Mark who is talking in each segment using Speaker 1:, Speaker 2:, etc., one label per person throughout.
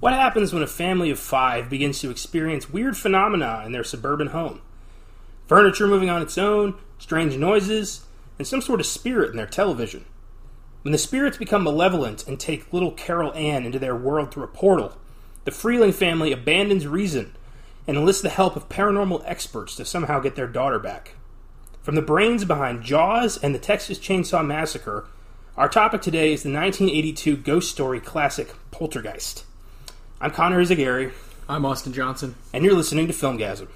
Speaker 1: What happens when a family of five begins to experience weird phenomena in their suburban home? Furniture moving on its own, strange noises, and some sort of spirit in their television. When the spirits become malevolent and take little Carol Ann into their world through a portal, the Freeling family abandons reason and enlists the help of paranormal experts to somehow get their daughter back. From the brains behind Jaws and the Texas Chainsaw Massacre, our topic today is the 1982 ghost story classic Poltergeist. I'm Connor Izagari,
Speaker 2: I'm Austin Johnson.
Speaker 1: and you're listening to Filmgasm.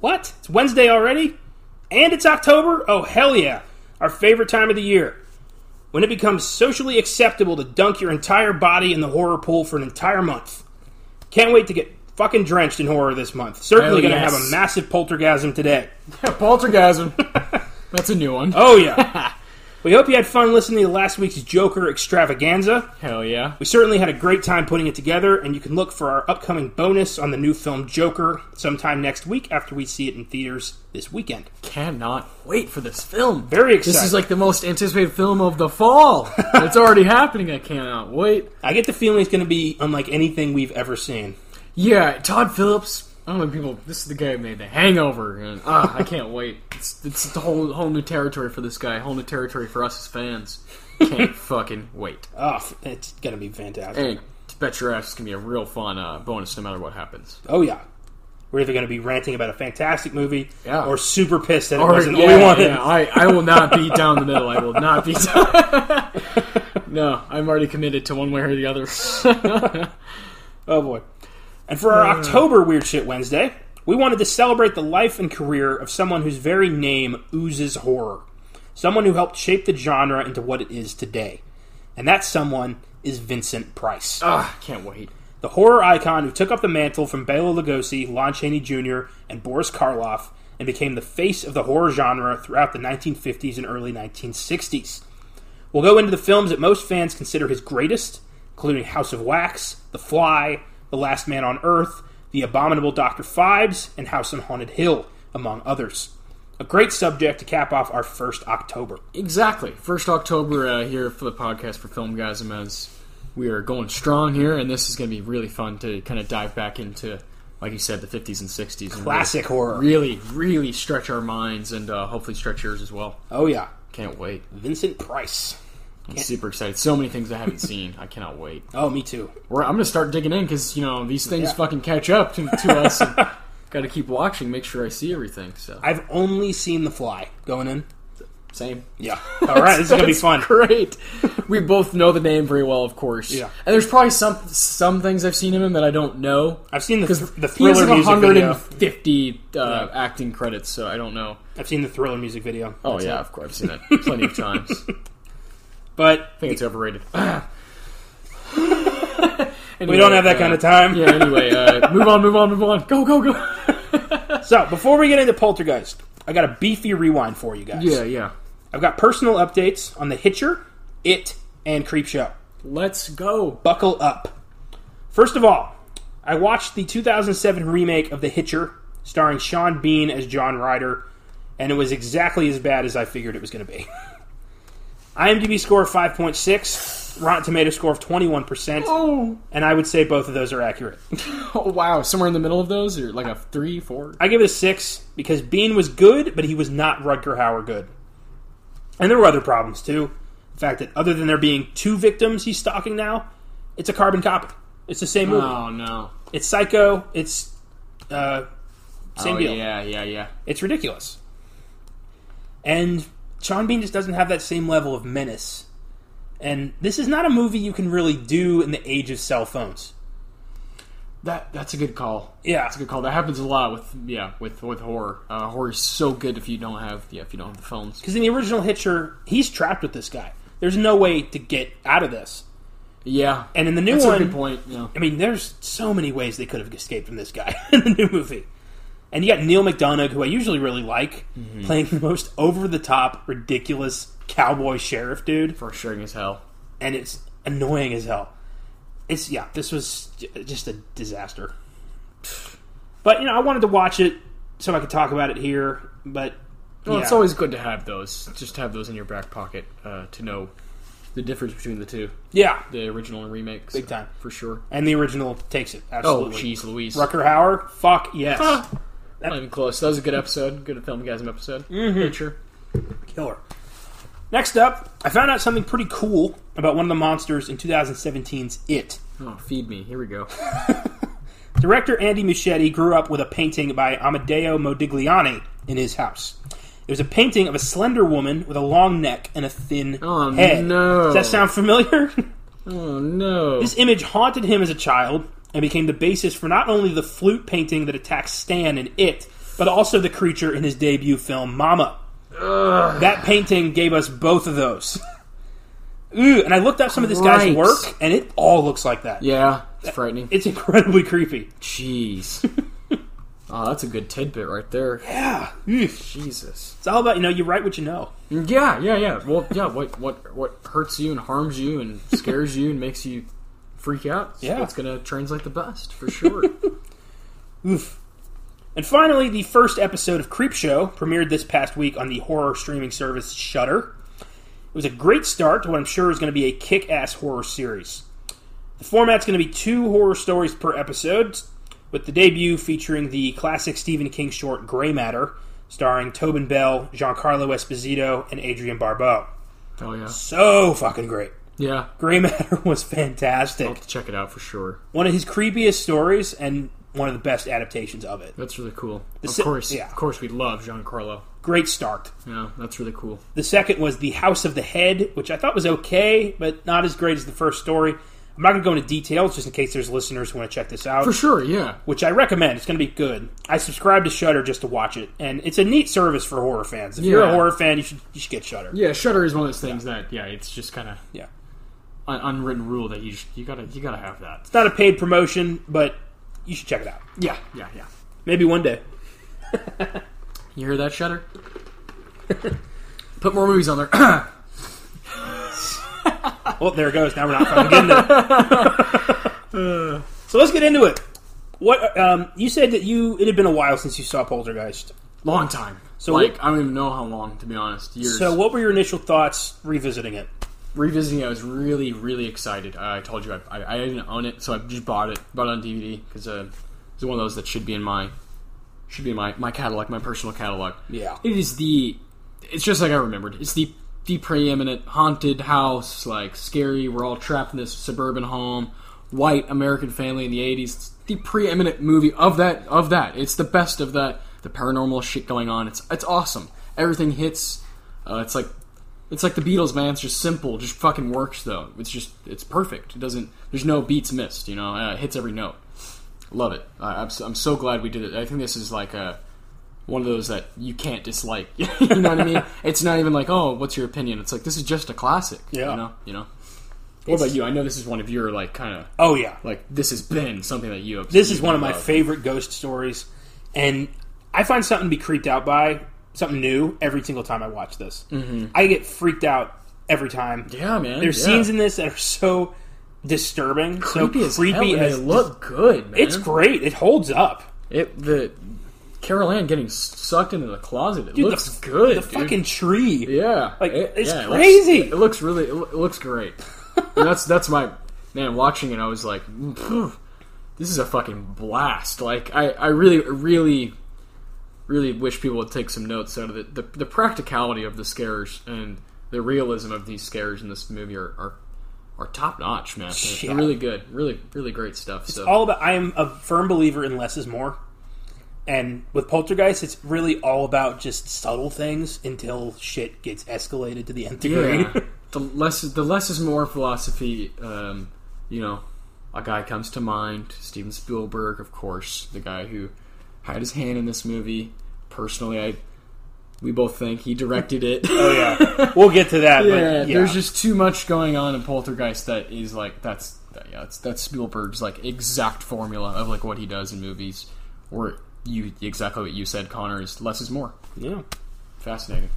Speaker 1: What? It's Wednesday already? And it's October? Oh, hell yeah! Our favorite time of the year. When it becomes socially acceptable to dunk your entire body in the horror pool for an entire month. Can't wait to get fucking drenched in horror this month. Certainly
Speaker 2: Hell
Speaker 1: gonna
Speaker 2: yes.
Speaker 1: have a massive poltergasm today.
Speaker 2: Yeah, Poltergasm. That's a new one.
Speaker 1: Oh, yeah. we hope you had fun listening to last week's Joker extravaganza.
Speaker 2: Hell yeah.
Speaker 1: We certainly had a great time putting it together, and you can look for our upcoming bonus on the new film Joker sometime next week after we see it in theaters this weekend.
Speaker 2: Cannot wait for this film.
Speaker 1: Very excited.
Speaker 2: This is like the most anticipated film of the fall. it's already happening. I cannot wait.
Speaker 1: I get the feeling it's going to be unlike anything we've ever seen.
Speaker 2: Yeah, Todd Phillips. I don't know people. This is the guy who made The Hangover, and ah, I can't wait. It's it's a whole whole new territory for this guy. Whole new territory for us as fans. Can't fucking wait.
Speaker 1: Oh, f- it's going to be fantastic.
Speaker 2: And bet your ass it's gonna be a real fun uh, bonus no matter what happens.
Speaker 1: Oh, yeah. We're either going to be ranting about a fantastic movie
Speaker 2: Yeah.
Speaker 1: or super pissed that it
Speaker 2: Or-
Speaker 1: wasn't
Speaker 2: yeah,
Speaker 1: what we wanted.
Speaker 2: yeah, I, I will not be down the middle. I will not be down. no, I'm already committed to one way or the other.
Speaker 1: Oh boy. And for our October Weird Shit Wednesday, we wanted to celebrate the life and career of someone whose very name oozes horror. Someone who helped shape the genre into what it is today. And that someone is Vincent Price.
Speaker 2: Ah, can't wait.
Speaker 1: The horror icon who took up the mantle from Bela Lugosi, Lon Chaney Jr., and Boris Karloff and became the face of the horror genre throughout the 1950s and early 1960s. We'll go into the films that most fans consider his greatest, including House of Wax, The Fly, The Last Man on Earth, The Abominable Dr. Fives, and House on Haunted Hill, among others. A great subject to cap off our first October.
Speaker 2: Exactly. First October uh, here for the podcast for Filmgasm as we are going strong here, and this is going to be really fun to kind of dive back into, like you said, the 50s and 60s. and
Speaker 1: Classic horror.
Speaker 2: Really, really stretch our minds and uh, hopefully stretch yours as well.
Speaker 1: Oh, yeah.
Speaker 2: Can't wait.
Speaker 1: Vincent Price.
Speaker 2: I'm super excited. So many things I haven't seen. I cannot wait.
Speaker 1: Oh, me too.
Speaker 2: We're, I'm gonna start digging in because you know these things
Speaker 1: Yeah.
Speaker 2: fucking catch up to, to us. and Got to keep watching, make sure I see everything. So
Speaker 1: I've only seen The Fly going in.
Speaker 2: same.
Speaker 1: Yeah. All right, this is gonna be fun.
Speaker 2: Great. We both know the name very well, of course.
Speaker 1: Yeah.
Speaker 2: And there's probably some some things I've seen him in that I don't know
Speaker 1: I've seen the,
Speaker 2: because
Speaker 1: the
Speaker 2: he has
Speaker 1: thriller
Speaker 2: like
Speaker 1: music video.
Speaker 2: 150 uh, acting credits, so I don't know.
Speaker 1: I've seen the thriller music video.
Speaker 2: Oh yeah, of course, I've seen that plenty of times. I
Speaker 1: but
Speaker 2: think it's overrated.
Speaker 1: we don't have that kind of time.
Speaker 2: Yeah. Anyway, uh, move on, move on, move on. Go, go, go.
Speaker 1: So before we get into Poltergeist, I got a beefy rewind for you guys.
Speaker 2: Yeah, yeah.
Speaker 1: I've got personal updates on The Hitcher, It, and Creepshow.
Speaker 2: Let's go.
Speaker 1: Buckle up. First of all, I watched the 2007 remake of The Hitcher, starring Sean Bean as John Ryder, and it was exactly as bad as I figured it was going to be. IMDb score of 5.6, Rotten Tomato score of 21%.
Speaker 2: Oh.
Speaker 1: and I would say both of those are accurate.
Speaker 2: Oh wow, somewhere in the middle of those, or like a three, four.
Speaker 1: I give it a six because Bean was good, but he was not Rutger Hauer good. And there were other problems too. The fact that other than there being two victims he's stalking now, it's a carbon copy. It's the same movie.
Speaker 2: Oh no.
Speaker 1: It's Psycho. It's uh, same
Speaker 2: oh,
Speaker 1: deal.
Speaker 2: Yeah, yeah, yeah.
Speaker 1: It's ridiculous. And Sean Bean just doesn't have that same level of menace. And this is not a movie you can really do in the age of cell phones.
Speaker 2: That that's a good call.
Speaker 1: Yeah,
Speaker 2: That's a good call. That happens a lot with yeah with with horror. Uh, horror is so good if you don't have yeah if you don't have the phones.
Speaker 1: Because in the original Hitcher, he's trapped with this guy. There's no way to get out of this.
Speaker 2: Yeah,
Speaker 1: And in the new
Speaker 2: that's a
Speaker 1: one,
Speaker 2: good point. Yeah.
Speaker 1: I mean, there's so many ways they could have escaped from this guy in the new movie. And you got Neil McDonough, who I usually really like,
Speaker 2: Mm-hmm.
Speaker 1: playing the most over the top, ridiculous cowboy sheriff dude,
Speaker 2: Frustrating as hell.
Speaker 1: and it's annoying as hell. It's yeah, this was j- just a disaster. But you know, I wanted to watch it so I could talk about it here. But
Speaker 2: Well, it's
Speaker 1: yeah.
Speaker 2: always good to have those. Just have those in your back pocket uh, to know the difference between the two,
Speaker 1: yeah,
Speaker 2: the original and remakes.
Speaker 1: Big time.
Speaker 2: for sure.
Speaker 1: and the original takes it
Speaker 2: Oh,
Speaker 1: absolutely.
Speaker 2: jeez, Louise.
Speaker 1: Rucker Hauer, fuck yes,
Speaker 2: Ah, not even close. That was a good episode. Good filmgasm episode. Picture.
Speaker 1: killer. Next up, I found out something pretty cool about one of the monsters in 2017's It.
Speaker 2: Oh, feed me. Here we go.
Speaker 1: Director Andy Muschietti grew up with a painting by Amadeo Modigliani in his house. It was a painting of a slender woman with a long neck and a thin
Speaker 2: Oh,
Speaker 1: head.
Speaker 2: no.
Speaker 1: Does that sound familiar?
Speaker 2: Oh no.
Speaker 1: this image haunted him as a child and became the basis for not only the flute painting that attacks Stan in It, but also the creature in his debut film Mama. That painting gave us both of those. Ooh, and I looked up some of this guy's
Speaker 2: Great.
Speaker 1: work, and it all looks like that.
Speaker 2: Yeah, it's frightening.
Speaker 1: It's incredibly creepy.
Speaker 2: Jeez. oh, that's a good tidbit right there.
Speaker 1: Yeah. Ooh.
Speaker 2: Jesus.
Speaker 1: It's all about you know you write what you know.
Speaker 2: Yeah, yeah, yeah. Well, yeah. What, what, what hurts you and harms you and scares you and makes you freak out?
Speaker 1: Yeah.
Speaker 2: it's gonna translate the best for sure.
Speaker 1: Oof. And finally, the first episode of Creepshow premiered this past week on the horror streaming service Shudder. It was a great start to what I'm sure is going to be a kick-ass horror series. The format's going to be two horror stories per episode, with the debut featuring the classic Stephen King short Grey Matter, starring Tobin Bell, Giancarlo Esposito, and Adrian Barbeau.
Speaker 2: oh yeah.
Speaker 1: So fucking great.
Speaker 2: Yeah.
Speaker 1: Grey Matter was fantastic.
Speaker 2: Check it out for sure.
Speaker 1: One of his creepiest stories and one of the best adaptations of it.
Speaker 2: That's really cool. of
Speaker 1: si-
Speaker 2: course,
Speaker 1: yeah.
Speaker 2: of course, we love Giancarlo.
Speaker 1: Great start.
Speaker 2: Yeah, that's really cool.
Speaker 1: The second was The House of the Head, which I thought was okay, but not as great as the first story. I'm not going to go into details just in case there's listeners who want to check this out,
Speaker 2: For sure. Yeah.
Speaker 1: which I recommend. It's going to be good. I subscribe to Shudder just to watch it, and it's a neat service for horror fans. If you're a
Speaker 2: Yeah.
Speaker 1: horror fan, you should you should get Shudder.
Speaker 2: Yeah. Shutter is one of those things that yeah, it's just kind of
Speaker 1: Yeah.
Speaker 2: an unwritten rule that you just, you gotta you gotta have that.
Speaker 1: It's not a paid promotion, but you should check it out.
Speaker 2: Yeah. Yeah. Yeah.
Speaker 1: Maybe one day.
Speaker 2: You hear that, Shutter? Put more movies on there.
Speaker 1: Well, Oh, there it goes. Now we're not fucking getting it. so let's get into it. What um, you said that you it had been a while since you saw Poltergeist.
Speaker 2: long time.
Speaker 1: So
Speaker 2: like
Speaker 1: what-
Speaker 2: I don't even know how long to be honest. Years.
Speaker 1: So what were your initial thoughts revisiting it?
Speaker 2: revisiting, it, I was really really excited. I, I told you I, I, I didn't own it, so I just bought it, bought it on DVD because uh, it's one of those that should be in my should be in my my catalog, my personal catalog.
Speaker 1: Yeah.
Speaker 2: It is the. It's just like I remembered. It's the the preeminent haunted house, like scary. We're all trapped in this suburban home. White American family in the eighties. It's the preeminent movie of that of that. It's the best of that. The paranormal shit going on. It's it's awesome. Everything hits. Uh, it's like it's like the Beatles, man. It's just simple. Just fucking works though. It's just it's perfect. It doesn't. There's no beats missed. You know, uh, it hits every note. Love it. I I'm, so, I'm so glad we did it. I think this is like a one of those that you can't dislike. you know what I mean? It's not even like, oh, what's your opinion? It's like this is just a classic.
Speaker 1: Yeah.
Speaker 2: You know. You know. What about you? I know this is one of your like kind of
Speaker 1: Oh yeah,
Speaker 2: like this has been something that you.
Speaker 1: this is one of my
Speaker 2: love.
Speaker 1: favorite ghost stories, and I find something to be creeped out by, something new every single time I watch this. Mm-hmm. I get freaked out every time.
Speaker 2: Yeah, man.
Speaker 1: There's
Speaker 2: yeah.
Speaker 1: scenes in this that are so disturbing,
Speaker 2: creepy as
Speaker 1: so creepy
Speaker 2: hell, and
Speaker 1: as
Speaker 2: they look good. Man.
Speaker 1: it's great. It holds up.
Speaker 2: It the Carol Ann getting s- sucked into the closet. It
Speaker 1: Dude,
Speaker 2: looks
Speaker 1: the,
Speaker 2: good.
Speaker 1: The
Speaker 2: dude.
Speaker 1: fucking tree.
Speaker 2: yeah,
Speaker 1: like,
Speaker 2: It-
Speaker 1: it's
Speaker 2: yeah, it
Speaker 1: crazy.
Speaker 2: looks- It looks, really. It, loo- it looks great. And that's that's my man. Watching it, I was like, "Phew, this is a fucking blast. Like I, I really, really, really wish people would take some notes out of it. The, the practicality of the scares and the realism of these scares in this movie are. are are top notch, man. They're-
Speaker 1: Yeah.
Speaker 2: They're really good, really, really great stuff. So
Speaker 1: all about. I am a firm believer in less is more, and with Poltergeist, it's really all about just subtle things until shit gets escalated to the nth degree.
Speaker 2: Yeah. the less the less is more philosophy. Um, you know, a guy comes to mind, Steven Spielberg, of course, the guy who had his hand in this movie. Personally, I we both think he directed it.
Speaker 1: Oh yeah, we'll get to that.
Speaker 2: yeah,
Speaker 1: but yeah.
Speaker 2: there's just too much going on in Poltergeist that is like that's that, yeah, that's that's Spielberg's like exact formula of like what he does in movies. Or you exactly what you said, Connor is less is more.
Speaker 1: Yeah.
Speaker 2: Fascinating.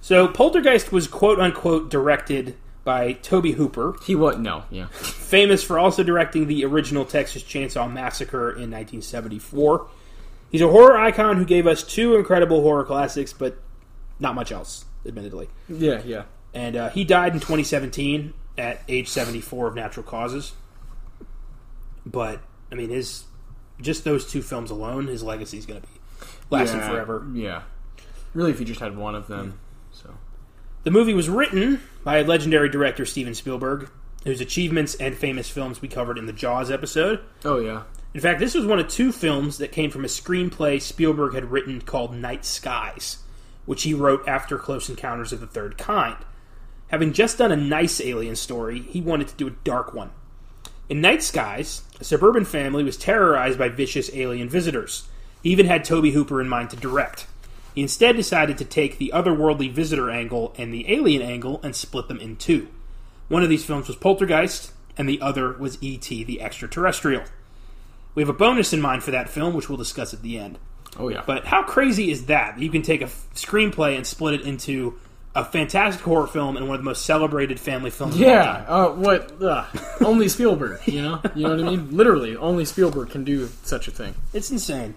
Speaker 1: So Poltergeist was quote unquote directed by Toby Hooper,
Speaker 2: He what? No, yeah.
Speaker 1: famous for also directing the original Texas Chainsaw Massacre in 1974. He's a horror icon who gave us two incredible horror classics, but not much else, admittedly.
Speaker 2: Yeah, yeah.
Speaker 1: And uh, he died in 2017 at age 74 of natural causes. But I mean, his just those two films alone, his legacy is going to be lasting
Speaker 2: yeah,
Speaker 1: forever.
Speaker 2: Yeah. Really, if you just had one of them. So.
Speaker 1: The movie was written by legendary director Steven Spielberg, whose achievements and famous films we covered in the Jaws episode.
Speaker 2: Oh yeah.
Speaker 1: In fact, this was one of two films that came from a screenplay Spielberg had written called Night Skies, which he wrote after Close Encounters of the Third Kind. Having just done a nice alien story, he wanted to do a dark one. In Night Skies, a suburban family was terrorized by vicious alien visitors. He even had Toby Hooper in mind to direct. He instead decided to take the otherworldly visitor angle and the alien angle and split them in two. One of these films was Poltergeist, and the other was E.T. the Extraterrestrial. We have a bonus in mind for that film, which we'll discuss at the end.
Speaker 2: Oh yeah.
Speaker 1: But how crazy is that? You can take a f- screenplay and split it into a fantastic horror film and one of the most celebrated family films. of all
Speaker 2: yeah.
Speaker 1: time.
Speaker 2: Uh, what? Uh, only Spielberg. You know. You know what I mean? Literally, only Spielberg can do such a thing.
Speaker 1: it's insane.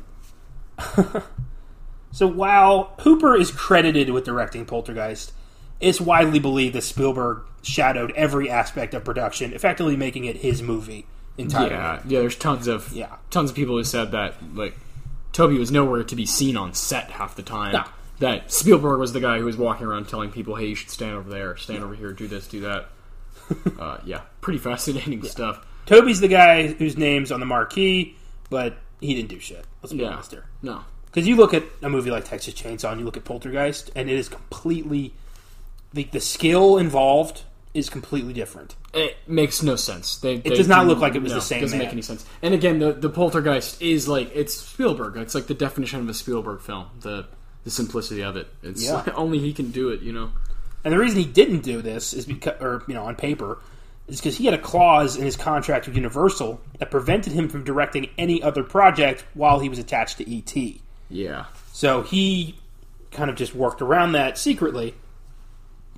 Speaker 1: so while Hooper is credited with directing Poltergeist, it's widely believed that Spielberg shadowed every aspect of production, effectively making it his movie entirely.
Speaker 2: Yeah. Yeah. There's tons of
Speaker 1: Yeah.
Speaker 2: tons of people who said that like Toby was nowhere to be seen on set half the time.
Speaker 1: No.
Speaker 2: That Spielberg was the guy who was walking around telling people, "Hey, you should stand over there, stand over here, do this, do that." uh, yeah, pretty fascinating stuff.
Speaker 1: Toby's the guy whose name's on the marquee, but he didn't do shit. Let's be
Speaker 2: Yeah.
Speaker 1: honest here.
Speaker 2: No,
Speaker 1: Because you look at a movie like Texas Chainsaw and you look at Poltergeist, and it is completely the, the skill involved is completely different.
Speaker 2: it makes no sense. They, it
Speaker 1: does not look like it was the same
Speaker 2: Doesn't
Speaker 1: man.
Speaker 2: make any sense. And again, the the poltergeist is like it's Spielberg. It's like the definition of a Spielberg film. The the simplicity of it. It's
Speaker 1: Yeah.
Speaker 2: like only he can do it. You know.
Speaker 1: And the reason he didn't do this is because, or you know, on paper, is because he had a clause in his contract with Universal that prevented him from directing any other project while he was attached to E ET.
Speaker 2: Yeah.
Speaker 1: So he kind of just worked around that secretly,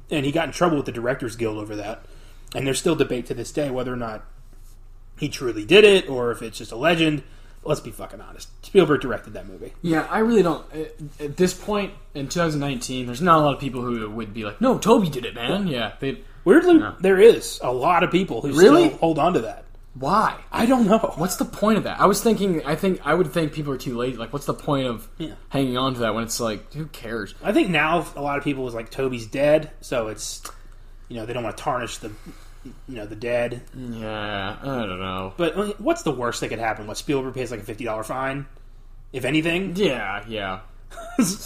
Speaker 1: and he got in trouble with the Directors Guild over that. And there's still debate to this day whether or not he truly did it or if it's just a legend. Let's be fucking honest. Spielberg directed that movie.
Speaker 2: Yeah, I really don't. At, at this point in 2019, there's not a lot of people who would be like, "No, Toby did it, man." Yeah. They
Speaker 1: Weirdly, there is a lot of people who
Speaker 2: Really?
Speaker 1: still hold on to that.
Speaker 2: why?
Speaker 1: I don't know.
Speaker 2: What's the point of that? I was thinking. I think I would think people are too lazy. Like, what's the point of
Speaker 1: Yeah.
Speaker 2: hanging on to that when it's like, who cares?
Speaker 1: I think now a lot of people was like Toby's dead, so it's you know they don't want to tarnish the you know the dead.
Speaker 2: Yeah, I don't know.
Speaker 1: But I mean, what's the worst that could happen? What Spielberg pays like a fifty dollar fine, if anything.
Speaker 2: Yeah, yeah.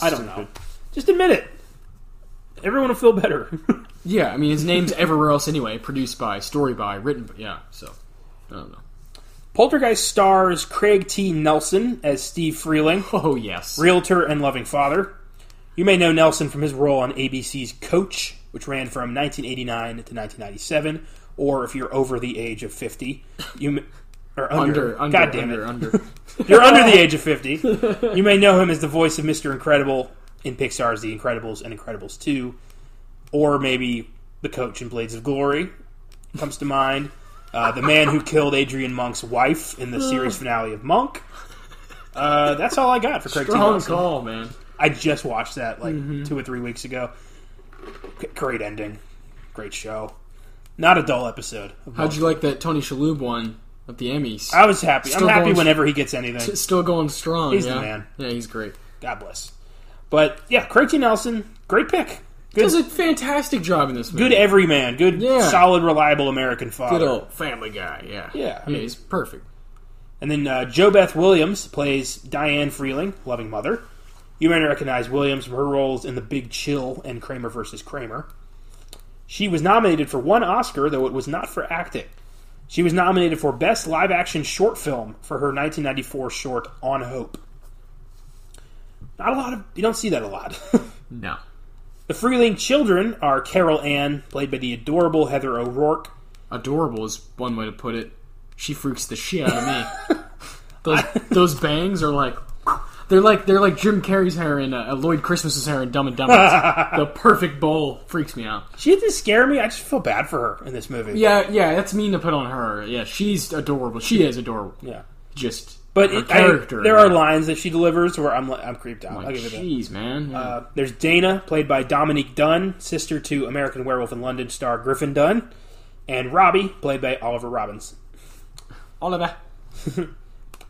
Speaker 1: I don't know. Just admit it. Everyone will feel better.
Speaker 2: Yeah, I mean his name's everywhere else anyway. Produced by, story by, written by. Yeah, so I don't know.
Speaker 1: Poltergeist stars Craig T. Nelson as Steve Freeling,
Speaker 2: Oh yes,
Speaker 1: realtor and loving father. You may know Nelson from his role on ABC's Coach, which ran from 1989 to 1997, or if you're over the age of 50, you m- or under,
Speaker 2: under, under,
Speaker 1: God damn
Speaker 2: under,
Speaker 1: it,
Speaker 2: under.
Speaker 1: you're under the age of 50. You may know him as the voice of Mr. Incredible in Pixar's The Incredibles and Incredibles 2, or maybe the coach in Blades of Glory comes to mind. Uh, the man who killed Adrian Monk's wife in the series finale of Monk. Uh, that's all I got for Craig T.
Speaker 2: Wrong
Speaker 1: Nelson.
Speaker 2: call, man.
Speaker 1: I just watched that like two or three weeks ago. G- great ending. Great show. Not a dull episode.
Speaker 2: How'd you like that Tony Shalhoub one at the Emmys?
Speaker 1: I was happy. I'm
Speaker 2: Still
Speaker 1: happy
Speaker 2: going-
Speaker 1: whenever he gets anything.
Speaker 2: Still going strong.
Speaker 1: He's the
Speaker 2: yeah,
Speaker 1: man.
Speaker 2: yeah, he's great.
Speaker 1: God bless. But yeah, Craig T. Nelson, great pick. Good,
Speaker 2: Does a fantastic job in this movie.
Speaker 1: good everyman. Good,
Speaker 2: Yeah.
Speaker 1: solid, reliable American father.
Speaker 2: Good old Family Guy. Yeah,
Speaker 1: Yeah, I
Speaker 2: yeah.
Speaker 1: mean-
Speaker 2: He's perfect.
Speaker 1: And then uh, Jo Beth Williams plays Diane Freeling, loving mother. You may recognize Williams from her roles in The Big Chill and Kramer versus Kramer. She was nominated for one Oscar, though it was not for acting. She was nominated for Best Live Action Short Film for her 1994 short On Hope. Not a lot of you don't see that a lot.
Speaker 2: No.
Speaker 1: the Freeling children are Carol Ann, played by the adorable Heather O'Rourke,
Speaker 2: Adorable is one way to put it. She freaks the shit out of me. those, those bangs are like. They're like they're like Jim Carrey's hair and uh, Lloyd Christmas's hair in Dumb and Dumber. It's the perfect bowl freaks me out.
Speaker 1: She didn't scare me. I just feel bad for her in this movie.
Speaker 2: Yeah, yeah, that's mean to put on her. Yeah, she's adorable. She is adorable.
Speaker 1: Yeah.
Speaker 2: Just
Speaker 1: But
Speaker 2: her
Speaker 1: it, I-
Speaker 2: character.
Speaker 1: there are lines that she delivers where I'm I'm creeped out. I'll
Speaker 2: Like,
Speaker 1: give you that.
Speaker 2: jeez, man. Yeah.
Speaker 1: Uh, there's Dana, played by Dominique Dunn, sister to American Werewolf in London star Griffin Dunn, and Robbie, played by Oliver Robbins.
Speaker 2: Oliver.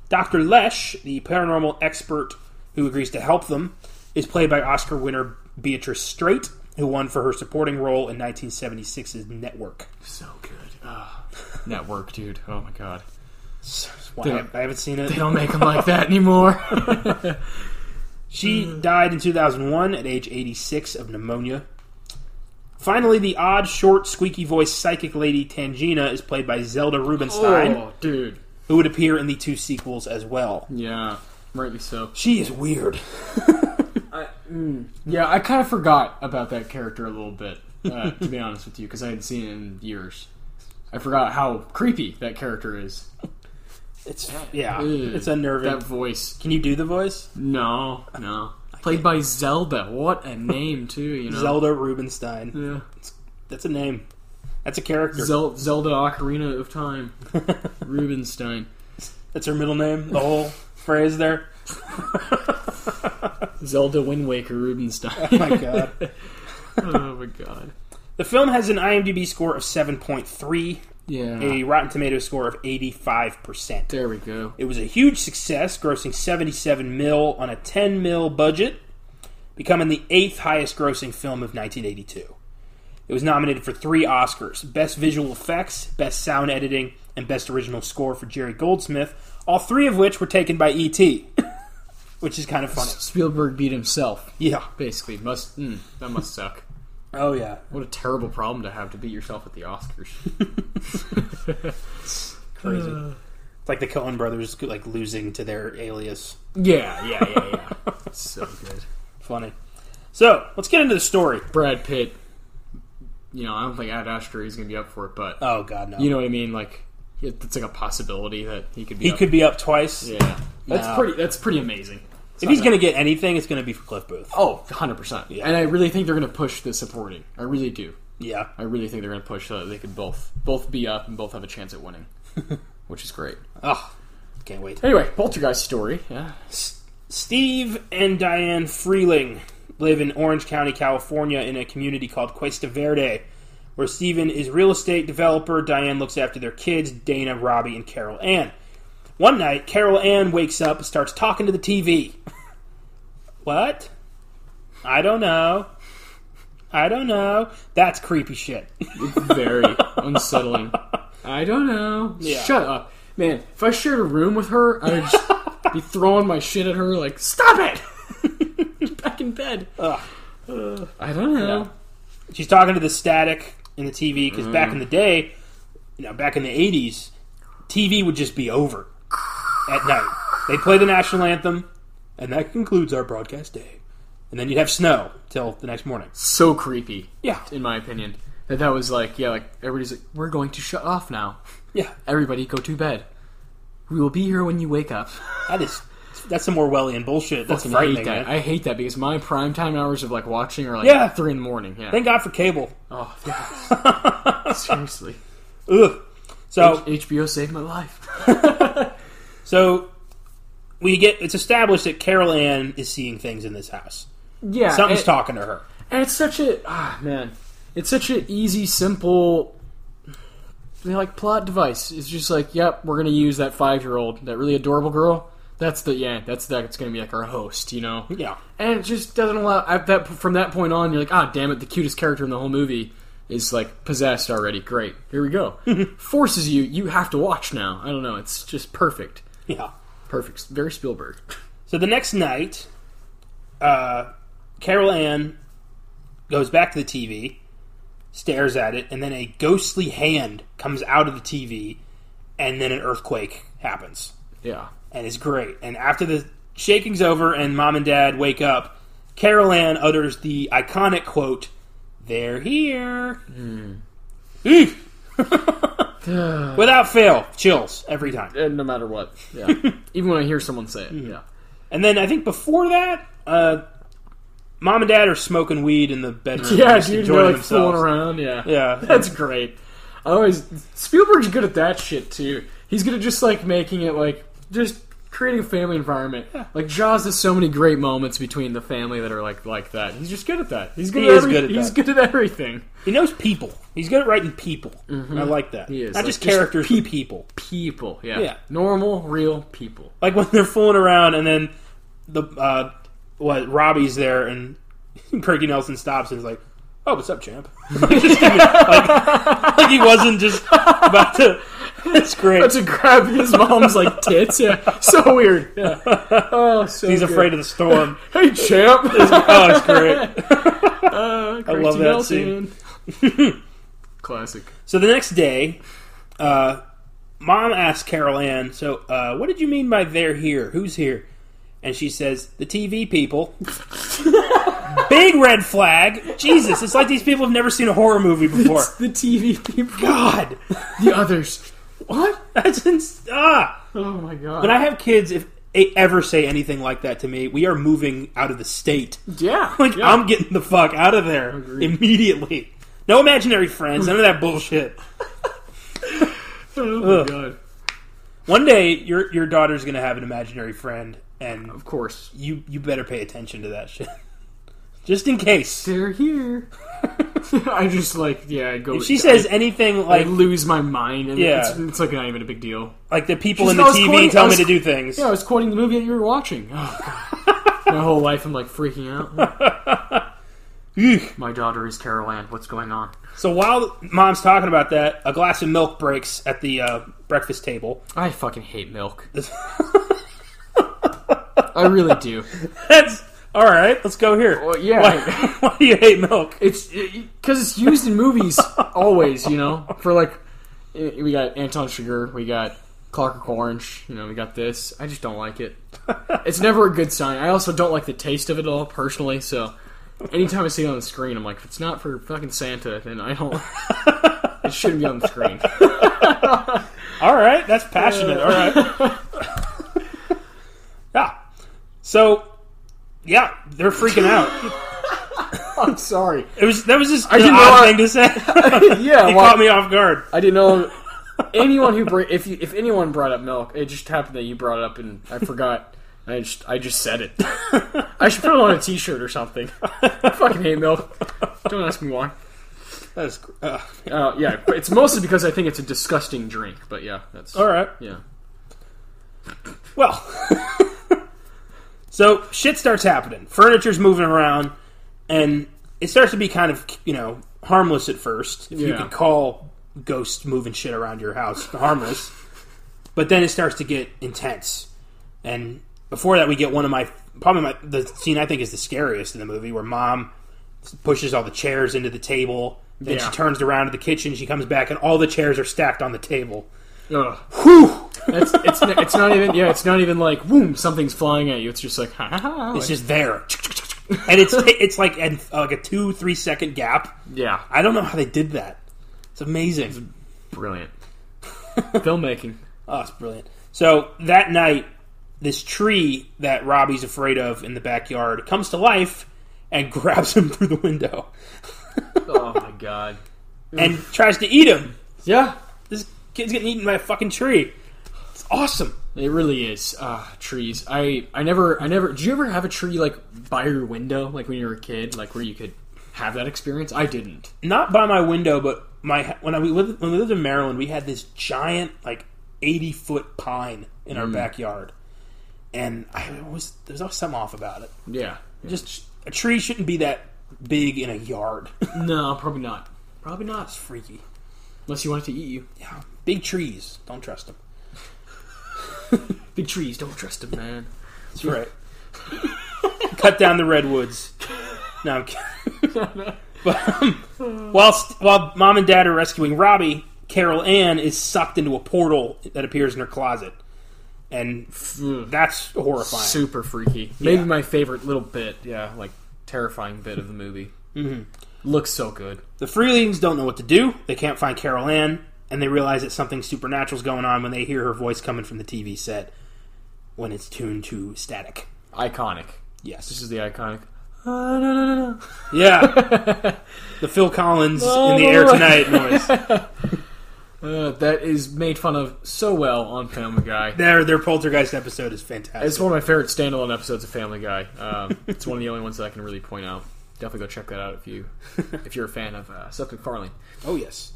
Speaker 1: Dr. Lesh, the paranormal expert who agrees to help them, is played by Oscar winner Beatrice Straight, who won for her supporting role in 1976's Network.
Speaker 2: So good. Ah, network, dude. Oh my god.
Speaker 1: That's why I, haven't- I haven't seen it.
Speaker 2: They don't make them like that anymore.
Speaker 1: She died in 2001 at age 86 of pneumonia. Finally, the odd, short, squeaky voiced psychic lady Tangina is played by Zelda Rubinstein,
Speaker 2: oh, dude.
Speaker 1: who would appear in the two sequels as well.
Speaker 2: Yeah, rightly so.
Speaker 1: She is weird.
Speaker 2: Yeah, I kind of forgot about that character a little bit, uh, to be honest with you, because I hadn't seen it in years. I forgot how creepy that character is.
Speaker 1: It's yeah,
Speaker 2: Ew.
Speaker 1: it's unnerving.
Speaker 2: That voice.
Speaker 1: Can you do the voice?
Speaker 2: No, no. Played by Zelda. What a name, too, you know?
Speaker 1: Zelda Rubinstein.
Speaker 2: Yeah.
Speaker 1: That's a name. That's a character.
Speaker 2: Zel- Zelda Ocarina of Time. Rubenstein.
Speaker 1: That's her middle name. The whole phrase there.
Speaker 2: Zelda Wind Waker Rubenstein.
Speaker 1: Oh my god.
Speaker 2: oh my god.
Speaker 1: The film has an IMDb score of 7.3,
Speaker 2: Yeah.
Speaker 1: a Rotten Tomato score of 85%.
Speaker 2: There we go.
Speaker 1: It was a huge success, grossing 77 mil on a 10 mil budget, becoming the eighth highest grossing film of 1982. It was nominated for three Oscars Best Visual Effects, Best Sound Editing, and Best Original Score for Jerry Goldsmith, all three of which were taken by E.T., which is kind of funny.
Speaker 2: Spielberg beat himself.
Speaker 1: Yeah.
Speaker 2: Basically, must mm, that must suck.
Speaker 1: Oh, yeah.
Speaker 2: What a terrible problem to have to beat yourself at the Oscars.
Speaker 1: Crazy. it's like the Coen brothers like losing to their alias.
Speaker 2: yeah, yeah, yeah, yeah. so good.
Speaker 1: Funny. So, let's get into the story.
Speaker 2: Brad Pitt. You know, I don't think Ad Astra is going to be up for it, but uh,
Speaker 1: Oh, God, no.
Speaker 2: you know what I mean. Like, it- it's like a possibility that he could be.
Speaker 1: he
Speaker 2: up.
Speaker 1: could be up twice.
Speaker 2: Yeah, that's
Speaker 1: No.
Speaker 2: pretty. That's pretty amazing.
Speaker 1: If he's going to get anything, it's going to be for Cliff Booth.
Speaker 2: Oh, 100 percent.
Speaker 1: Yeah.
Speaker 2: And I really think they're going to push the supporting. I really do.
Speaker 1: Yeah.
Speaker 2: I really think they're going to push so that they could both both be up and both have a chance at winning, which is great.
Speaker 1: Oh, can't wait.
Speaker 2: Anyway, Poltergeist story. Yeah.
Speaker 1: Steve and Diane Freeling live in Orange County, California, in a community called Cuesta Verde, where Steven is real estate developer. Diane looks after their kids, Dana, Robbie, and Carol Ann. One night, Carol Ann wakes up and starts talking to the TV. what? I don't know. I don't know. That's creepy shit.
Speaker 2: very unsettling. I don't know.
Speaker 1: Yeah.
Speaker 2: Shut up. Man, if I shared a room with her, I would just be throwing my shit at her like, stop it! Get back in bed.
Speaker 1: Ugh.
Speaker 2: I don't know.
Speaker 1: she's talking to the static in the TV
Speaker 2: Mm.
Speaker 1: because back in the day, you know, back in the '80s, TV would just be over at night. They play the national anthem, and that concludes our broadcast day. And then you'd have snow till the next morning.
Speaker 2: So creepy,
Speaker 1: Yeah,
Speaker 2: in my opinion. That that was like, yeah, like everybody's like, we're going to shut off now.
Speaker 1: yeah,
Speaker 2: Everybody go to bed. We will be here when you wake up.
Speaker 1: that is that's some Orwellian bullshit. That's
Speaker 2: I
Speaker 1: frightening.
Speaker 2: hate that.
Speaker 1: man.
Speaker 2: I hate that because my prime time hours of like watching are like
Speaker 1: Yeah.
Speaker 2: three in the morning. Yeah.
Speaker 1: Thank God for cable.
Speaker 2: oh, yeah. seriously.
Speaker 1: Ugh. So
Speaker 2: HBO saved my life.
Speaker 1: so we get it's established that Carol Ann is seeing things in this house.
Speaker 2: Yeah,
Speaker 1: Something's
Speaker 2: it-
Speaker 1: talking to her.
Speaker 2: And it's such a ah man, it's such an easy, simple, you know, like plot device. It's just like, yep, we're gonna use that five year old, that really adorable girl. That's the yeah, that's that's gonna be like our host, you know.
Speaker 1: Yeah.
Speaker 2: And it just doesn't allow I, that from that point on. You're like, ah, damn it, the cutest character in the whole movie is like possessed already. Great, here we go. Forces you, you have to watch now. I don't know, it's just perfect,
Speaker 1: Yeah.
Speaker 2: perfect, very Spielberg.
Speaker 1: So the next night, uh, Carol Ann goes back to the TV, stares at it, and then a ghostly hand comes out of the TV, and then an earthquake happens.
Speaker 2: Yeah,
Speaker 1: And it's great. And after the shaking's over and mom and dad wake up, Carol Ann utters the iconic quote, They're here. Eek. Without fail, chills every time.
Speaker 2: and no matter what, yeah. Even when I hear someone say it, yeah.
Speaker 1: And then I think before that, uh, mom and dad are smoking weed in the bedroom.
Speaker 2: Yeah,
Speaker 1: just
Speaker 2: dude,
Speaker 1: enjoying
Speaker 2: they're like
Speaker 1: themselves.
Speaker 2: fooling around. Yeah,
Speaker 1: Yeah.
Speaker 2: that's great. I always Spielberg's good at that shit too. He's good at just like making it like just creating a family environment. Like Jaws has so many great moments between the family that are like like that. He's just good at that. He's good.
Speaker 1: He
Speaker 2: at
Speaker 1: is
Speaker 2: every-
Speaker 1: good at
Speaker 2: He's
Speaker 1: that.
Speaker 2: good at everything.
Speaker 1: He knows people. He's good at writing people. And I like that.
Speaker 2: Mm-hmm. He is,
Speaker 1: Not
Speaker 2: like,
Speaker 1: just
Speaker 2: just
Speaker 1: characters, but people.
Speaker 2: People. Yeah.
Speaker 1: Yeah.
Speaker 2: Normal, real people.
Speaker 1: Like when they're fooling around, and then the uh, what Robbie's there, and Craig Nelson stops and is like, "Oh, what's up, champ?" Just give it- like, like he wasn't just about to. It's great.
Speaker 2: That's a grab his mom's like tits. Yeah. So weird. Yeah. Oh, so
Speaker 1: He's
Speaker 2: good.
Speaker 1: afraid of the storm.
Speaker 2: Hey, champ.
Speaker 1: Oh, it's great.
Speaker 2: uh, I
Speaker 1: love that scene.
Speaker 2: Classic.
Speaker 1: So the next day, uh, mom asks Carol Ann, "So, uh, what did you mean by they're here? Who's here?" And she says, "The TV people." Big red flag. Jesus, it's like these people have never seen a horror movie before.
Speaker 2: It's the TV people.
Speaker 1: God,
Speaker 2: The others. What?
Speaker 1: that's ins- ah.
Speaker 2: Oh my god.
Speaker 1: When I have kids, if they ever say anything like that to me, we are moving out of the state.
Speaker 2: yeah.
Speaker 1: Like
Speaker 2: yeah.
Speaker 1: I'm getting the fuck out of there
Speaker 2: Agreed.
Speaker 1: immediately. No imaginary friends, none of that bullshit.
Speaker 2: Oh my god.
Speaker 1: One day, your your daughter's gonna have an imaginary friend, and
Speaker 2: Of course.
Speaker 1: you you better pay attention to that shit, just in case.
Speaker 2: They're here. I just like yeah. I go.
Speaker 1: If she says anything
Speaker 2: I, I
Speaker 1: like
Speaker 2: lose my mind, and
Speaker 1: Yeah.
Speaker 2: it's, it's like not even a big deal.
Speaker 1: like the people
Speaker 2: She's
Speaker 1: in the
Speaker 2: always
Speaker 1: TV
Speaker 2: quoting-
Speaker 1: tell
Speaker 2: I was-
Speaker 1: me to do things,
Speaker 2: Yeah, I was quoting the movie that you were watching. Oh god. my whole life, I'm like freaking out.
Speaker 1: Eugh.
Speaker 2: My daughter is Carol Ann. What's going on?
Speaker 1: so while mom's talking about that, a glass of milk breaks at the uh, breakfast table.
Speaker 2: I fucking hate milk. I really do.
Speaker 1: That's all right. Let's go here.
Speaker 2: Well, yeah.
Speaker 1: Why, why do you hate milk?
Speaker 2: It's because it's used in movies always, you know. For like, eh, we got Anton Chigurh, we got Clockwork Orange, you know, we got this. I just don't like it. It's never a good sign. I also don't like the taste of it all personally. So, anytime I see it on the screen, I'm like, if it's not for fucking Santa, then I don't. It shouldn't be on the screen.
Speaker 1: All right, that's passionate. All right. yeah. So, yeah, they're freaking out.
Speaker 2: I'm sorry.
Speaker 1: It was that was just an
Speaker 2: didn't know
Speaker 1: odd
Speaker 2: I-
Speaker 1: thing to say. it
Speaker 2: Yeah, well,
Speaker 1: caught me off guard.
Speaker 2: I didn't know anyone who bring if you if anyone brought up milk, it just happened that you brought it up and I forgot. I just I just said it. I should put it on a T-shirt or something. I fucking hate milk. Don't ask me why.
Speaker 1: That's uh,
Speaker 2: Uh, yeah, but it's mostly because I think it's a disgusting drink. But yeah, that's
Speaker 1: all right.
Speaker 2: yeah.
Speaker 1: Well, so shit starts happening. Furniture's moving around, and it starts to be kind of you know harmless at first. If you
Speaker 2: Yeah.
Speaker 1: could call ghosts moving shit around your house harmless, but then it starts to get intense. And before that, we get one of my probably my the scene I think is the scariest in the movie, where mom pushes all the chairs into the table. Then
Speaker 2: Yeah.
Speaker 1: she turns around to the kitchen. She comes back, and all the chairs are stacked on the table.
Speaker 2: Ugh.
Speaker 1: Whew!
Speaker 2: It's, it's n- it's not even yeah. It's not even like boom, something's flying at you. It's just like ha ha ha.
Speaker 1: It's
Speaker 2: like-
Speaker 1: just there. and it's it's like an, like a two three second gap.
Speaker 2: yeah,
Speaker 1: I don't know how they did that. It's amazing.
Speaker 2: brilliant filmmaking.
Speaker 1: Oh, it's brilliant. So that night, this tree that Robbie's afraid of in the backyard comes to life and grabs him through the window
Speaker 2: Oh my god.
Speaker 1: and tries to eat him.
Speaker 2: Yeah,
Speaker 1: This kid's getting eaten by a fucking tree. It's awesome.
Speaker 2: It really is. Uh, trees. I I never I never. Did you ever have a tree like by your window, like when you were a kid, like where you could have that experience? I didn't.
Speaker 1: Not by my window, but my when I we lived when we lived in Maryland, we had this giant like eighty foot pine in our backyard, and I always there's always something off about it.
Speaker 2: Yeah.
Speaker 1: Just a tree shouldn't be that big in a yard.
Speaker 2: No, probably not. Probably not.
Speaker 1: It's freaky.
Speaker 2: Unless you want it to eat you.
Speaker 1: Yeah, big trees. Don't trust them.
Speaker 2: Big trees. Don't trust them, man.
Speaker 1: That's right. Cut down the redwoods. No, I'm kidding. but um, whilst while mom and dad are rescuing Robbie, Carol Ann is sucked into a portal that appears in her closet, and
Speaker 2: Ugh.
Speaker 1: that's horrifying.
Speaker 2: Mm, Super freaky. Maybe
Speaker 1: Yeah.
Speaker 2: my favorite little bit. Yeah, like terrifying bit of the movie. Mm-hmm. Looks so good.
Speaker 1: The Freelings don't know what to do. They can't find Carol Ann, and they realize that something supernatural's going on when they hear her voice coming from the TV set when it's tuned to static.
Speaker 2: Iconic. This
Speaker 1: Yes.
Speaker 2: is the iconic. Ah, no, no, no, no.
Speaker 1: Yeah. the Phil Collins
Speaker 2: Oh,
Speaker 1: in the air tonight noise.
Speaker 2: Uh, that is made fun of so well on Family Guy.
Speaker 1: Their their poltergeist episode is fantastic.
Speaker 2: It's one of my favorite standalone episodes of Family Guy. Um, it's one of the only ones that I can really point out. Definitely go check that out if you if you're a fan of uh, Seth MacFarlane.
Speaker 1: Oh, yes.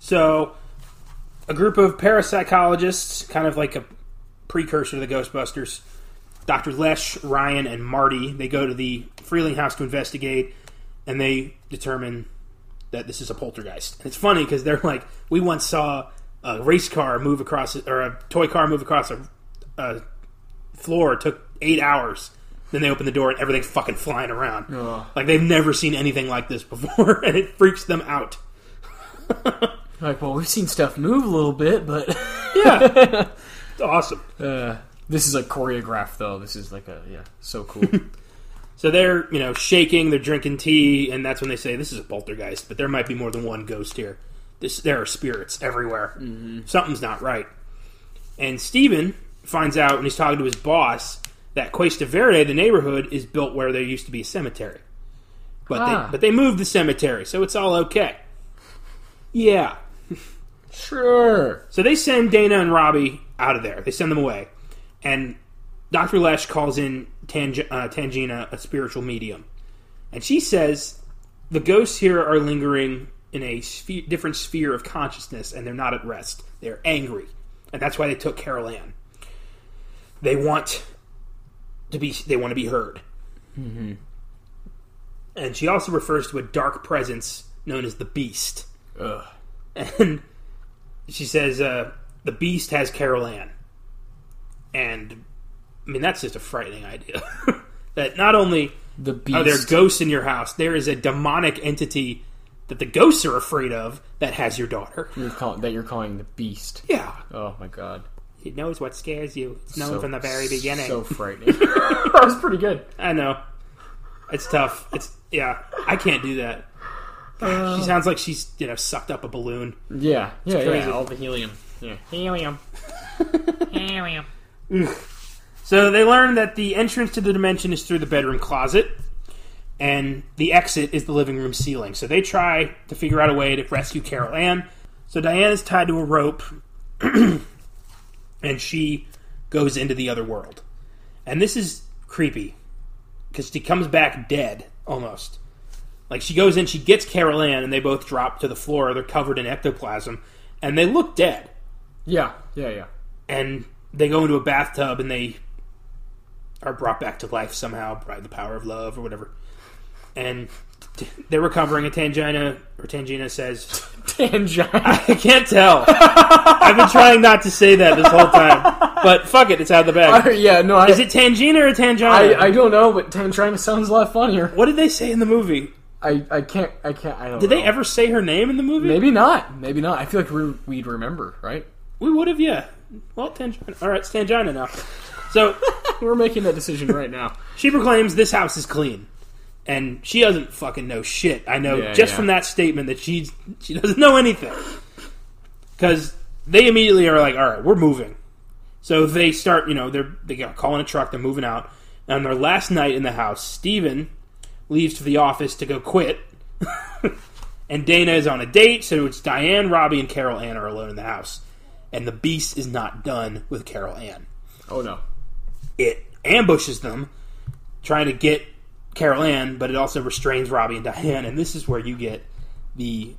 Speaker 1: So, a group of parapsychologists, kind of like a precursor to the Ghostbusters, Dr. Lesh, Ryan, and Marty, they go to the Freeling house to investigate, and they determine that this is a poltergeist. And it's funny because they're like, we once saw a race car move across, or a toy car move across a, a floor. It took eight hours. Then they open the door and everything's fucking flying around.
Speaker 2: Ugh.
Speaker 1: Like they've never seen anything like this before, and it freaks them out.
Speaker 2: Like, well, we've seen stuff move a little bit, but
Speaker 1: Yeah. it's awesome.
Speaker 2: uh, this is like choreographed though. This is like a yeah, so cool.
Speaker 1: So they're, you know, shaking, they're drinking tea, and that's when they say, this is a poltergeist, but there might be more than one ghost here. This, there are spirits everywhere. Something's not right. And Steven finds out when he's talking to his boss that Cuesta Verde, the neighborhood, is built where there used to be a cemetery. But,
Speaker 2: Ah.
Speaker 1: they, but they moved the cemetery, so it's all okay. Yeah,
Speaker 2: sure.
Speaker 1: So they send Dana and Robbie out of there. They send them away. And Dr. Lesh calls in Tang- uh, Tangina, a spiritual medium. And she says the ghosts here are lingering in a sphe- different sphere of consciousness and they're not at rest. They're angry. And that's why they took Carol Ann. They want to be they want to be heard. And she also refers to a dark presence known as the beast
Speaker 2: Ugh.
Speaker 1: and she says uh, the beast has carol ann and i mean that's just a frightening idea that not only
Speaker 2: The
Speaker 1: are there
Speaker 2: beast.
Speaker 1: ghosts in your house there is a demonic entity that the ghosts are afraid of that has your daughter
Speaker 2: you're call- that you're calling the beast.
Speaker 1: yeah
Speaker 2: Oh my god.
Speaker 1: he knows what scares you it's known from the very beginning
Speaker 2: So frightening. that was pretty good.
Speaker 1: i know it's tough it's yeah i can't do that
Speaker 2: Uh,
Speaker 1: she sounds like she's you know sucked up a balloon
Speaker 2: Yeah, yeah,
Speaker 1: crazy.
Speaker 2: yeah. All the helium. Yeah.
Speaker 3: Helium. Helium.
Speaker 1: So they learn that the entrance to the dimension is through the bedroom closet, and the exit is the living room ceiling. So they try to figure out a way to rescue Carol Ann. So Diane is tied to a rope, and she goes into the other world. And this is creepy because she comes back dead almost. Like she goes in, she gets Carol Ann, and they both drop to the floor. They're covered in ectoplasm, and they look dead
Speaker 2: Yeah, yeah, yeah.
Speaker 1: and they go into a bathtub and they are brought back to life somehow by the power of love or whatever. And t- they're recovering, and Tangina or Tangina says,
Speaker 2: Tangina.
Speaker 1: "I can't tell. I've been trying not to say that this whole time, but fuck it, it's out of the bag.
Speaker 2: yeah, no, I,
Speaker 1: Is it Tangina or
Speaker 2: I,
Speaker 1: Tangina?
Speaker 2: I don't know, but Tangina sounds a lot funnier.
Speaker 1: what did they say in the movie?
Speaker 2: I, I can't, I can't, I don't
Speaker 1: Did they ever say her name in the movie?
Speaker 2: Maybe not. Maybe not. I feel like we, we'd remember, right?
Speaker 1: We would have, yeah. Well, Tangina. All right, it's Tangina now. So
Speaker 2: We're making that decision right now.
Speaker 1: She proclaims this house is clean, and she doesn't fucking know shit. I know
Speaker 2: Yeah,
Speaker 1: just
Speaker 2: yeah.
Speaker 1: from that statement that she she doesn't know anything. Because they immediately are like, "All right, we're moving." So they start, you know, they're they got calling a truck. They're moving out. And on their last night in the house, Steven leaves for the office to go quit. and Dana is on a date, so it's Diane, Robbie, and Carol Ann are alone in the house. And the beast is not done with Carol Ann
Speaker 2: Oh no.
Speaker 1: it ambushes them, trying to get Carol Ann, but it also restrains Robbie and Diane. And this is where you get the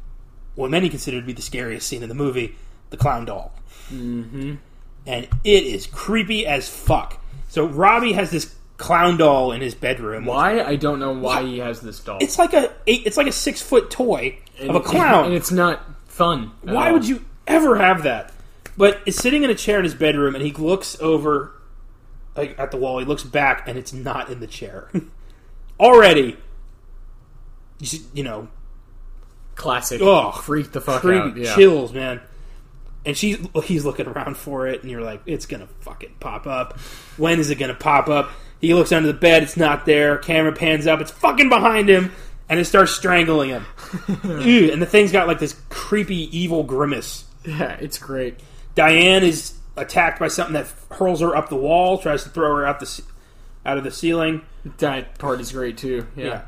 Speaker 1: what many consider to be the scariest scene in the movie the clown doll. Mm-hmm. And it is creepy as fuck. So Robbie has this clown doll in his bedroom.
Speaker 2: Why? I don't know why he has this doll.
Speaker 1: It's like a eight, it's like a six foot toy of a clown.
Speaker 2: and it's not fun. at
Speaker 1: Why
Speaker 2: all.
Speaker 1: would you ever have that? But it's sitting in a chair in his bedroom, and he looks over like, at the wall. He looks back, and it's not in the chair. Already, you should- you know,
Speaker 2: classic?
Speaker 1: Oh,
Speaker 2: freak the fuck
Speaker 1: creepy
Speaker 2: out. Yeah.
Speaker 1: chills, man. And she's he's looking around for it, and you're like, it's gonna fucking pop up. When is it gonna pop up? He looks under the bed. It's not there. Camera pans up. It's fucking behind him, and it starts strangling him. Ew, and the thing's got like this creepy, evil grimace.
Speaker 2: yeah, it's great.
Speaker 1: Diane is attacked by something that hurls her up the wall, tries to throw her out the s- out of the ceiling.
Speaker 2: That part is great too. Yeah.
Speaker 1: Yeah.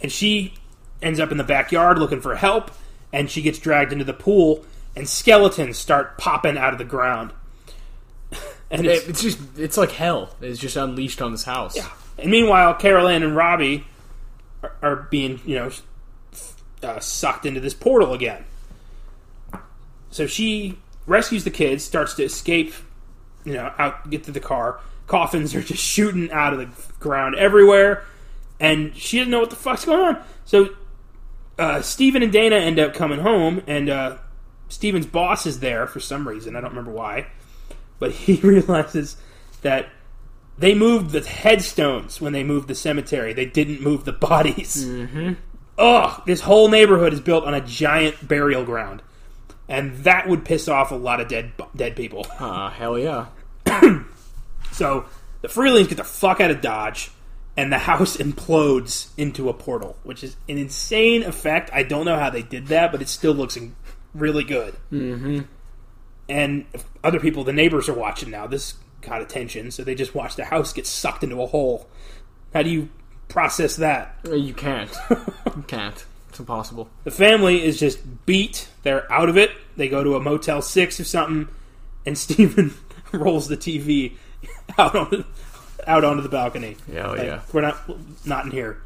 Speaker 1: And she ends up in the backyard looking for help, and she gets dragged into the pool, and skeletons start popping out of the ground. and,
Speaker 2: It-
Speaker 1: it's,
Speaker 2: it's just it's like hell. It's just unleashed on this house. Yeah.
Speaker 1: and meanwhile, Carol Ann and Robbie are, are being, you know, uh, sucked into this portal again. So she rescues the kids, starts to escape, you know, out, get to the car. Coffins are just shooting out of the ground everywhere, and she doesn't know what the fuck's going on. So uh, Steven and Dana end up coming home, and uh, Steven's boss is there for some reason. I don't remember why. But he realizes that they moved the headstones when they moved the cemetery, they didn't move the bodies. Ugh, this whole neighborhood is built on a giant burial ground. And that would piss off a lot of dead dead people.
Speaker 2: Uh, hell yeah.
Speaker 1: So the Freelings get the fuck out of Dodge, and the house implodes into a portal, which is an insane effect. I don't know how they did that, but it still looks in- really good. Mm-hmm. And other people, the neighbors are watching now. This got attention, so they just watched the house get sucked into a hole. How do you process that?
Speaker 2: Uh, You can't. you can't. It's impossible.
Speaker 1: The family is just beat. They're out of it. They go to a Motel 6 or something, and Steven rolls the TV out on out onto the balcony.
Speaker 2: Hell
Speaker 1: Like,
Speaker 2: yeah.
Speaker 1: We're not not in here.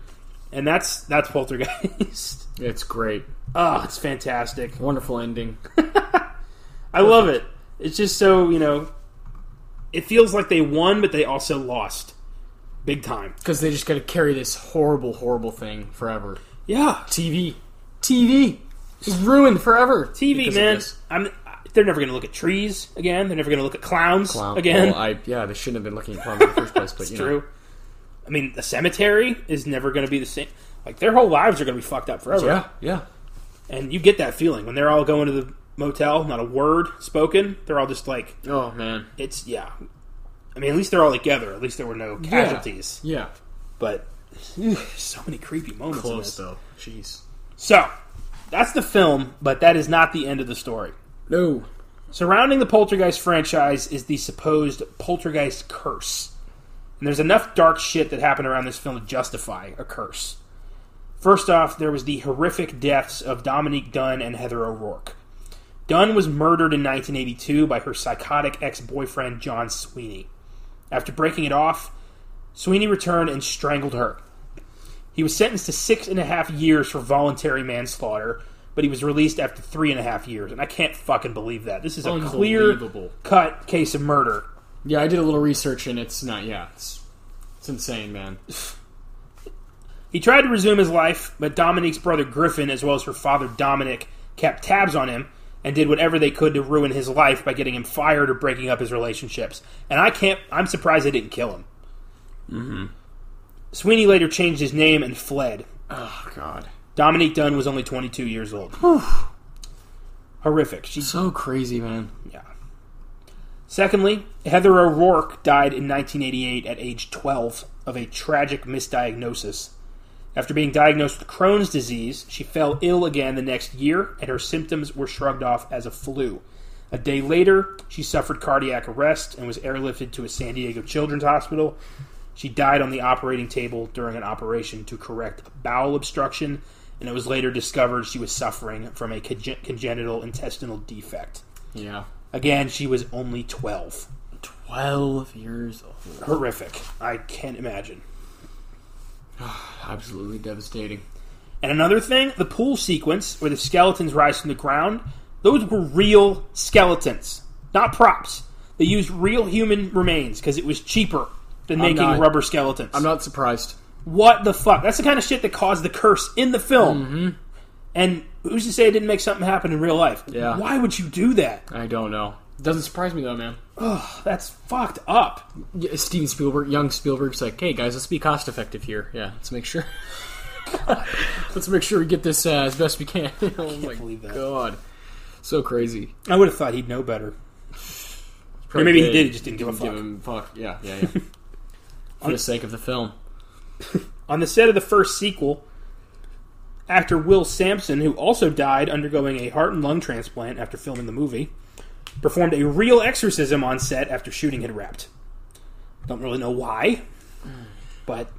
Speaker 1: And that's that's Poltergeist.
Speaker 2: It's great.
Speaker 1: oh, it's fantastic.
Speaker 2: Wonderful ending.
Speaker 1: I love it. It's just so, you know, it feels like they won but they also lost big time.
Speaker 2: Because they just got to carry this horrible, horrible thing forever.
Speaker 1: Yeah.
Speaker 2: TV. TV. It's ruined forever.
Speaker 1: TV,
Speaker 2: because of
Speaker 1: man.
Speaker 2: this.
Speaker 1: I'm they're never going to look at trees again. They're never going to look at clowns
Speaker 2: Clown. Oh,
Speaker 1: again.
Speaker 2: Well, I, yeah, they shouldn't have been looking at clowns in the first place, but you
Speaker 1: True. I mean, the cemetery is never going to be the same. Like their whole lives are going to be fucked up forever.
Speaker 2: know. Yeah, yeah.
Speaker 1: And you get that feeling when they're all going to the motel, not a word spoken. They're all just like
Speaker 2: Oh, man.
Speaker 1: it's yeah. I mean, at least they're all together. At least there were no casualties.
Speaker 2: Yeah.
Speaker 1: But so many creepy moments. in this.
Speaker 2: Close, though. Jeez.
Speaker 1: So that's the film, but that is not the end of the story.
Speaker 2: No.
Speaker 1: Surrounding the Poltergeist franchise is the supposed Poltergeist curse. And there's enough dark shit that happened around this film to justify a curse. First off, there was the horrific deaths of Dominique Dunn and Heather O'Rourke. Dunn was murdered in 1982 by her psychotic ex boyfriend, John Sweeney. After breaking it off, Sweeney returned and strangled her. He was sentenced to six and a half years for voluntary manslaughter, but he was released after three and a half years. And I can't fucking believe that. This is a clear
Speaker 2: Unbelievable.
Speaker 1: cut case of murder.
Speaker 2: Yeah, I did a little research and it's not, yeah. It's, it's insane, man.
Speaker 1: He tried to resume his life, but Dominique's brother Griffin, as well as her father Dominic, kept tabs on him and did whatever they could to ruin his life by getting him fired or breaking up his relationships. And I can't, I'm surprised they didn't kill him. Mm-hmm. Sweeney later changed his name and fled.
Speaker 2: Oh, God.
Speaker 1: Dominique Dunn was only 22 years old. Horrific. She
Speaker 2: So crazy, man.
Speaker 1: yeah. Secondly, Heather O'Rourke died in 1988 at age 12 of a tragic misdiagnosis. After being diagnosed with Crohn's disease, she fell ill again the next year, and her symptoms were shrugged off as a flu. A day later, she suffered cardiac arrest and was airlifted to a San Diego Children's Hospital. She died on the operating table during an operation to correct bowel obstruction, and it was later discovered she was suffering from a conge- congenital intestinal defect.
Speaker 2: Yeah.
Speaker 1: Again, she was only 12.
Speaker 2: 12 years old.
Speaker 1: Horrific. I can't imagine.
Speaker 2: Absolutely devastating.
Speaker 1: And another thing, the pool sequence where the skeletons rise from the ground, those were real skeletons, not props. They used real human remains because it was cheaper than making
Speaker 2: not-
Speaker 1: rubber skeletons.
Speaker 2: I'm not surprised.
Speaker 1: what the fuck? That's the kind of shit that caused the curse in the film.
Speaker 2: Mm-hmm.
Speaker 1: And who's to say it didn't make something happen in real life?
Speaker 2: Yeah.
Speaker 1: Why would you do that?
Speaker 2: I don't know. Doesn't surprise me though, man.
Speaker 1: That's fucked up.
Speaker 2: Yeah, Steven Spielberg, young Spielberg's like, hey guys, let's be cost effective here. Yeah, let's make sure. let's make sure we get this uh, as best we can. oh my
Speaker 1: believe that.
Speaker 2: god, so crazy.
Speaker 1: I would have thought he'd know better.
Speaker 2: Or
Speaker 1: maybe he did, he just didn't give a fuck.
Speaker 2: fuck. Yeah, yeah, yeah. For the sake of the film.
Speaker 1: On the set of the first sequel, actor Will Sampson, who also died undergoing a heart and lung transplant after filming the movie, performed a real exorcism on set after shooting had wrapped. Don't really know why. But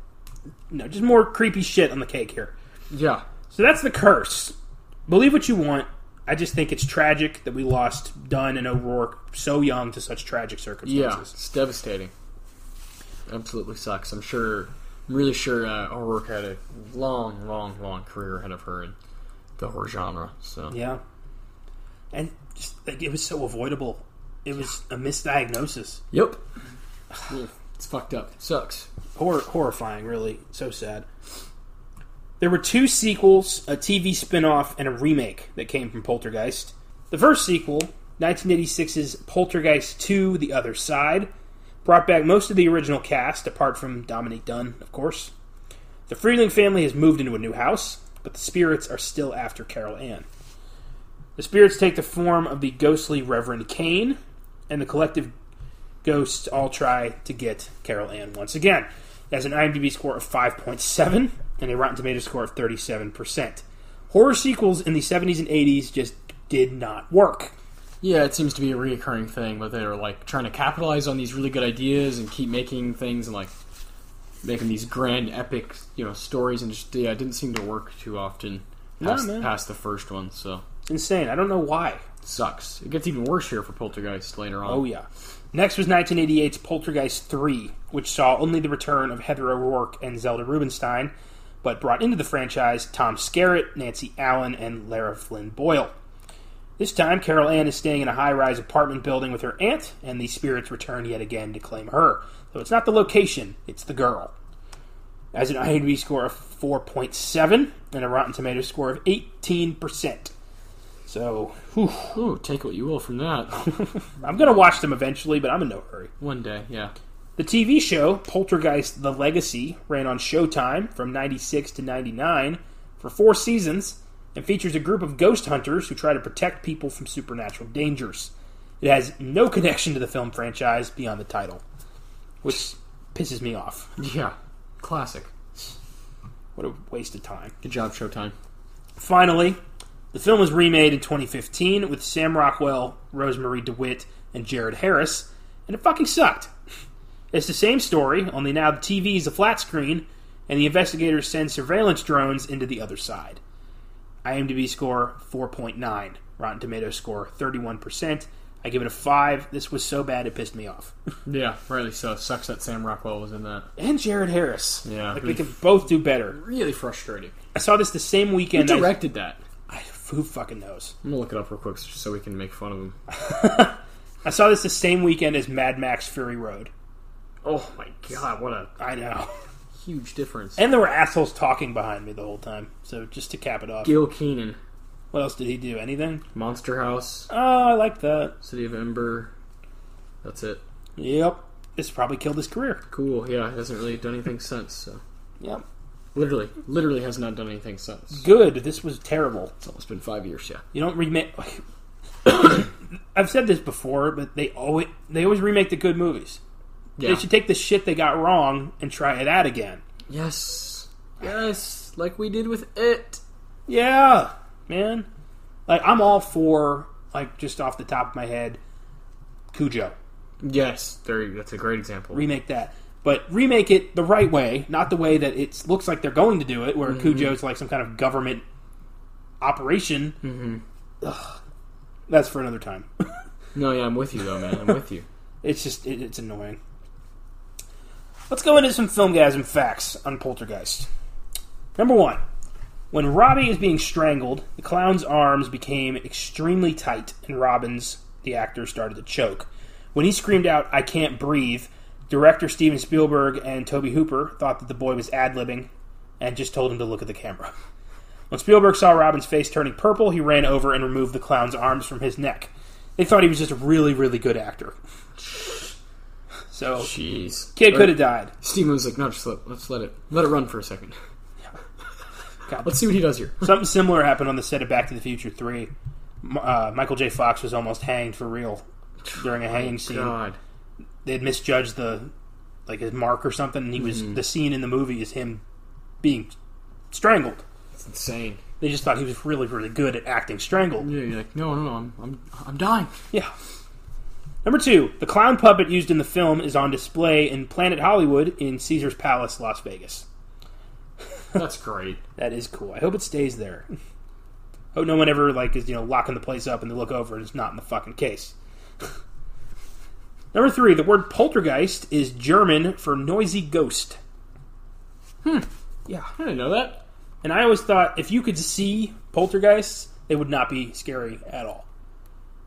Speaker 1: no, just more creepy shit on the cake here.
Speaker 2: Yeah.
Speaker 1: So that's the curse. Believe what you want. I just think it's tragic that we lost Dunn and O'Rourke so young to such tragic
Speaker 2: Yeah.
Speaker 1: circumstances.
Speaker 2: It's devastating. Absolutely sucks. I'm sure. I'm really sure uh, O'Rourke had a long, long, long career ahead of her in the horror genre. So
Speaker 1: Yeah. And just like, it was so avoidable. It was a misdiagnosis.
Speaker 2: Yep. Yeah, it's fucked up. Sucks.
Speaker 1: Hor- horrifying, really. So sad. There were two sequels, a TV spin-off, and a remake that came from Poltergeist. The first sequel, 1986's Poltergeist II: The Other Side, brought back most of the original cast, apart from Dominique Dunn, of course. The Freeling family has moved into a new house, but the spirits are still after Carol Ann. The spirits take the form of the ghostly Reverend Kane, and the collective ghosts all try to get Carol Ann once again. It has an IMDb score of 5.7 and a Rotten Tomatoes score of 37%. Horror sequels in the 70s and 80s just did not work.
Speaker 2: Yeah, it seems to be a reoccurring thing, but they're like trying to capitalize on these really good ideas and keep making things and like making these grand epic, you know, stories and just yeah, it didn't seem to work too often past,
Speaker 1: man.
Speaker 2: past the first one, so
Speaker 1: It's insane. I don't know why.
Speaker 2: it sucks. It gets even worse here for Poltergeist later on.
Speaker 1: Oh, yeah. Next was 1988's Poltergeist 3, which saw only the return of Heather O'Rourke and Zelda Rubinstein, but brought into the franchise Tom Skerritt, Nancy Allen, and Lara Flynn Boyle. This time, Carol Ann is staying in a high rise apartment building with her aunt, and the spirits return yet again to claim her. So it's not the location, it's the girl. As an IMDb score of 4.7 and a Rotten Tomatoes score of 18%. So, whew,
Speaker 2: Ooh, take what you will from that.
Speaker 1: I'm going to watch them eventually, but I'm in no hurry.
Speaker 2: one day, yeah.
Speaker 1: The TV show Poltergeist: The Legacy ran on Showtime from 96 to 99 for 4 seasons and features a group of ghost hunters who try to protect people from supernatural dangers. It has no connection to the film franchise beyond the title, which pisses me off.
Speaker 2: Yeah. Classic.
Speaker 1: What a waste of time.
Speaker 2: Good job, Showtime.
Speaker 1: Finally, the film was remade in 2015 with Sam Rockwell, Rosemary DeWitt, and Jared Harris, and it fucking sucked. It's the same story, only now the TV is a flat screen, and the investigators send surveillance drones into the other side. IMDb score 4.9, Rotten Tomatoes score 31%. I give it a 5. This was so bad it pissed me off.
Speaker 2: Yeah, rightly so. Sucks that Sam Rockwell was in that.
Speaker 1: And Jared Harris.
Speaker 2: Yeah.
Speaker 1: Like, they could both do better.
Speaker 2: Really frustrating.
Speaker 1: I saw this the same weekend.
Speaker 2: Who directed that?
Speaker 1: I, who fucking knows?
Speaker 2: I'm gonna look it up real quick just so we can make fun of him.
Speaker 1: I saw this the same weekend as Mad Max Fury Road.
Speaker 2: Oh my god, what a
Speaker 1: I know.
Speaker 2: huge difference.
Speaker 1: And there were assholes talking behind me the whole time. So just to cap it off,
Speaker 2: Gil Keenan,
Speaker 1: what else did he do? Anything?
Speaker 2: Monster House,
Speaker 1: Oh, I like that.
Speaker 2: City of Ember. That's it.
Speaker 1: Yep. This probably killed his career.
Speaker 2: Cool. Yeah, hasn't really done anything since. So
Speaker 1: Yep.
Speaker 2: literally, literally has not done anything since.
Speaker 1: Good. This was terrible.
Speaker 2: It's almost been five years. Yeah.
Speaker 1: You don't remake. I've said this before, but they always they always remake the good movies.
Speaker 2: Yeah.
Speaker 1: They should take the shit they got wrong and try it out again.
Speaker 2: Yes. Yes. Like we did with it.
Speaker 1: Yeah, man. Like I'm all for like just off the top of my head, Cujo.
Speaker 2: Yes. There. you- That's a great example.
Speaker 1: remake that. But remake it the right way, not the way that it looks like they're going to do it, where Cujo is like some kind of government operation. Mm-hmm. That's for another time.
Speaker 2: no. Yeah. I'm with you though, man. I'm with you.
Speaker 1: it's just it, it's annoying. Let's go into some filmgasm facts on Poltergeist. Number one, when Robbie is being strangled, the clown's arms became extremely tight, and Robbins, the actor, started to choke. When he screamed out, "I can't breathe," director Steven Spielberg and Toby Hooper thought that the boy was ad libbing, and just told him to look at the camera. When Spielberg saw Robin's face turning purple, he ran over and removed the clown's arms from his neck. They thought he was just a really, really good actor. So,
Speaker 2: Jeez.
Speaker 1: kid could have died.
Speaker 2: Steven was like, no, just let, let's let it let it run for a second.
Speaker 1: God.
Speaker 2: Let's see what he does here.
Speaker 1: Something similar happened on the set of Back to the Future 3. M- Uh, Michael J. Fox was almost hanged for real during a hanging scene.
Speaker 2: God.
Speaker 1: They had misjudged the like his mark or something, and he was the scene in the movie is him being strangled.
Speaker 2: It's insane.
Speaker 1: They just thought he was really, really good at acting strangled.
Speaker 2: Yeah, you're like, no, no, no, I'm, I'm, I'm dying.
Speaker 1: Yeah. Number two, the clown puppet used in the film is on display in Planet Hollywood in Caesar's Palace, Las Vegas.
Speaker 2: That's great.
Speaker 1: That is cool. I hope it stays there. hope no one ever like is you know locking the place up and they look over and it's not in the fucking case. Number three, the word poltergeist is German for noisy ghost,
Speaker 2: I didn't know that.
Speaker 1: and I always thought if you could see poltergeists, they would not be scary at all,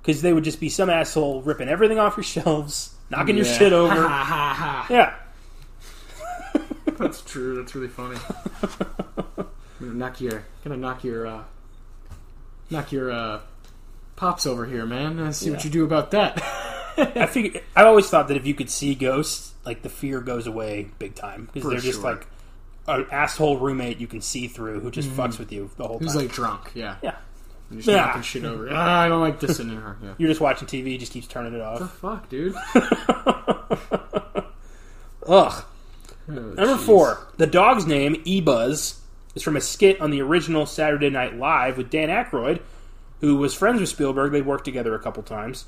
Speaker 1: because they would just be some asshole ripping everything off your shelves, knocking your
Speaker 2: Yeah.
Speaker 1: shit over. yeah,
Speaker 2: That's true. That's really funny. I'm gonna knock your, gonna knock your, uh, knock your uh, pops over here, man. Let's see what
Speaker 1: Yeah.
Speaker 2: you do about that.
Speaker 1: I figure I always thought that if you could see ghosts, like the fear goes away big time because
Speaker 2: For
Speaker 1: they're just
Speaker 2: sure.
Speaker 1: like an asshole roommate you can see through who just fucks with you the whole
Speaker 2: Mm-hmm. Who's
Speaker 1: time.
Speaker 2: like drunk? Yeah,
Speaker 1: yeah,
Speaker 2: And just
Speaker 1: Yeah.
Speaker 2: knocking shit over. Ah, I don't like this in her. Yeah.
Speaker 1: you're just watching TV, just keeps turning it
Speaker 2: The
Speaker 1: off.
Speaker 2: fuck, dude. Oh,
Speaker 1: Ugh. Number
Speaker 2: Number
Speaker 1: four, the dog's name E Buzz is from a skit on the original Saturday Night Live with Dan Aykroyd, who was friends with Spielberg. They worked together a couple times.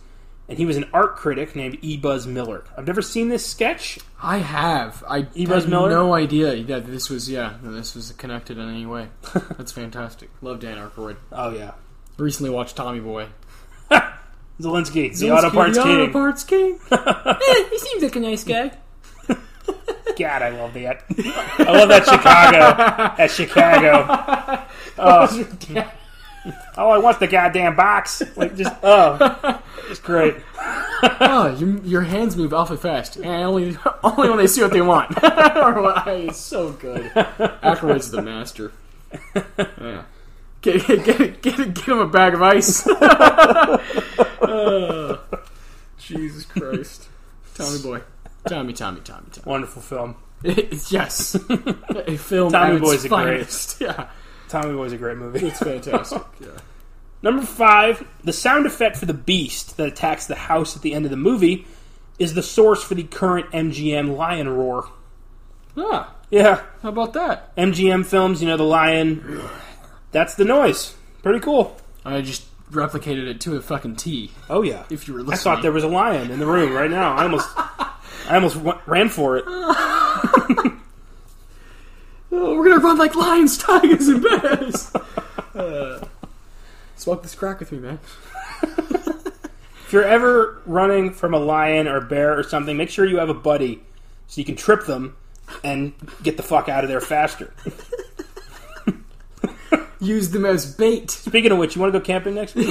Speaker 1: And he was an art critic named E. Buzz Miller. I've never seen this sketch.
Speaker 2: I have. I
Speaker 1: Ebers
Speaker 2: had
Speaker 1: E. Miller?
Speaker 2: no idea that this was. Yeah, that this was connected in any way. That's fantastic. Love Dan Aykroyd.
Speaker 1: Oh yeah,
Speaker 2: Recently watched Tommy Boy.
Speaker 1: Zelensky, the auto parts
Speaker 2: the
Speaker 1: king.
Speaker 2: Auto Parts King. Eh, he seems like a nice guy.
Speaker 1: God, I love that. I love that Chicago. That Chicago. Oh, I want the goddamn box. Like just oh, it's great.
Speaker 2: oh, your, your hands move awfully fast. And only, only when they see what they want. Or what- it's so good. Aykroyd's the master. Yeah. Get, get, get, get, get him a bag of ice. Oh, Jesus Christ. Tommy boy. Tommy, Tommy, Tommy, Tommy.
Speaker 1: Wonderful film.
Speaker 2: It's- yes. A film
Speaker 1: Tommy
Speaker 2: at its
Speaker 1: Boy's the
Speaker 2: finest. Yeah.
Speaker 1: Tommy Boy's a great movie.
Speaker 2: It's fantastic. Yeah.
Speaker 1: Number five, the sound effect for the beast that attacks the house at the end of the movie is the source for the current MGM lion roar.
Speaker 2: Ah,
Speaker 1: Yeah,
Speaker 2: how about that?
Speaker 1: MGM films. You know the lion. That's the noise. Pretty cool.
Speaker 2: I just replicated it to a fucking T.
Speaker 1: Oh yeah.
Speaker 2: If you were
Speaker 1: I
Speaker 2: listening.
Speaker 1: thought there was a lion in the room right now. I almost, I almost wa- ran for it.
Speaker 2: Oh, we're gonna run like lions, tigers, and bears. uh, smoke this crack with me, man.
Speaker 1: If you're ever running from a lion or bear or something, make sure you have a buddy so you can trip them and get the fuck out of there faster.
Speaker 2: Use them as bait.
Speaker 1: Speaking of which, you want to go camping next week?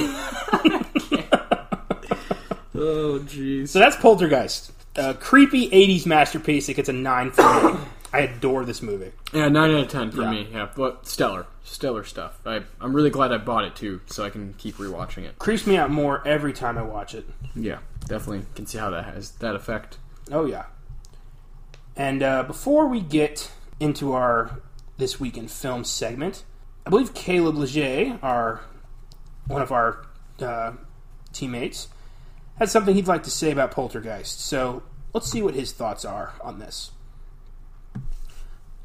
Speaker 2: Oh, jeez.
Speaker 1: So that's Poltergeist, a creepy '80s masterpiece that gets a nine from me. I adore this movie.
Speaker 2: Yeah, nine out of ten for
Speaker 1: Yeah.
Speaker 2: me. Yeah, but stellar, stellar stuff. I, I'm really glad I bought it too, so I can keep rewatching it.
Speaker 1: Creeps me out more every time I watch it.
Speaker 2: Yeah, definitely can see how that has that effect.
Speaker 1: Oh yeah. And uh, before we get into our this week in film segment, I believe Caleb Leger, our one of our uh, teammates, had something he'd like to say about Poltergeist. So let's see what his thoughts are on this.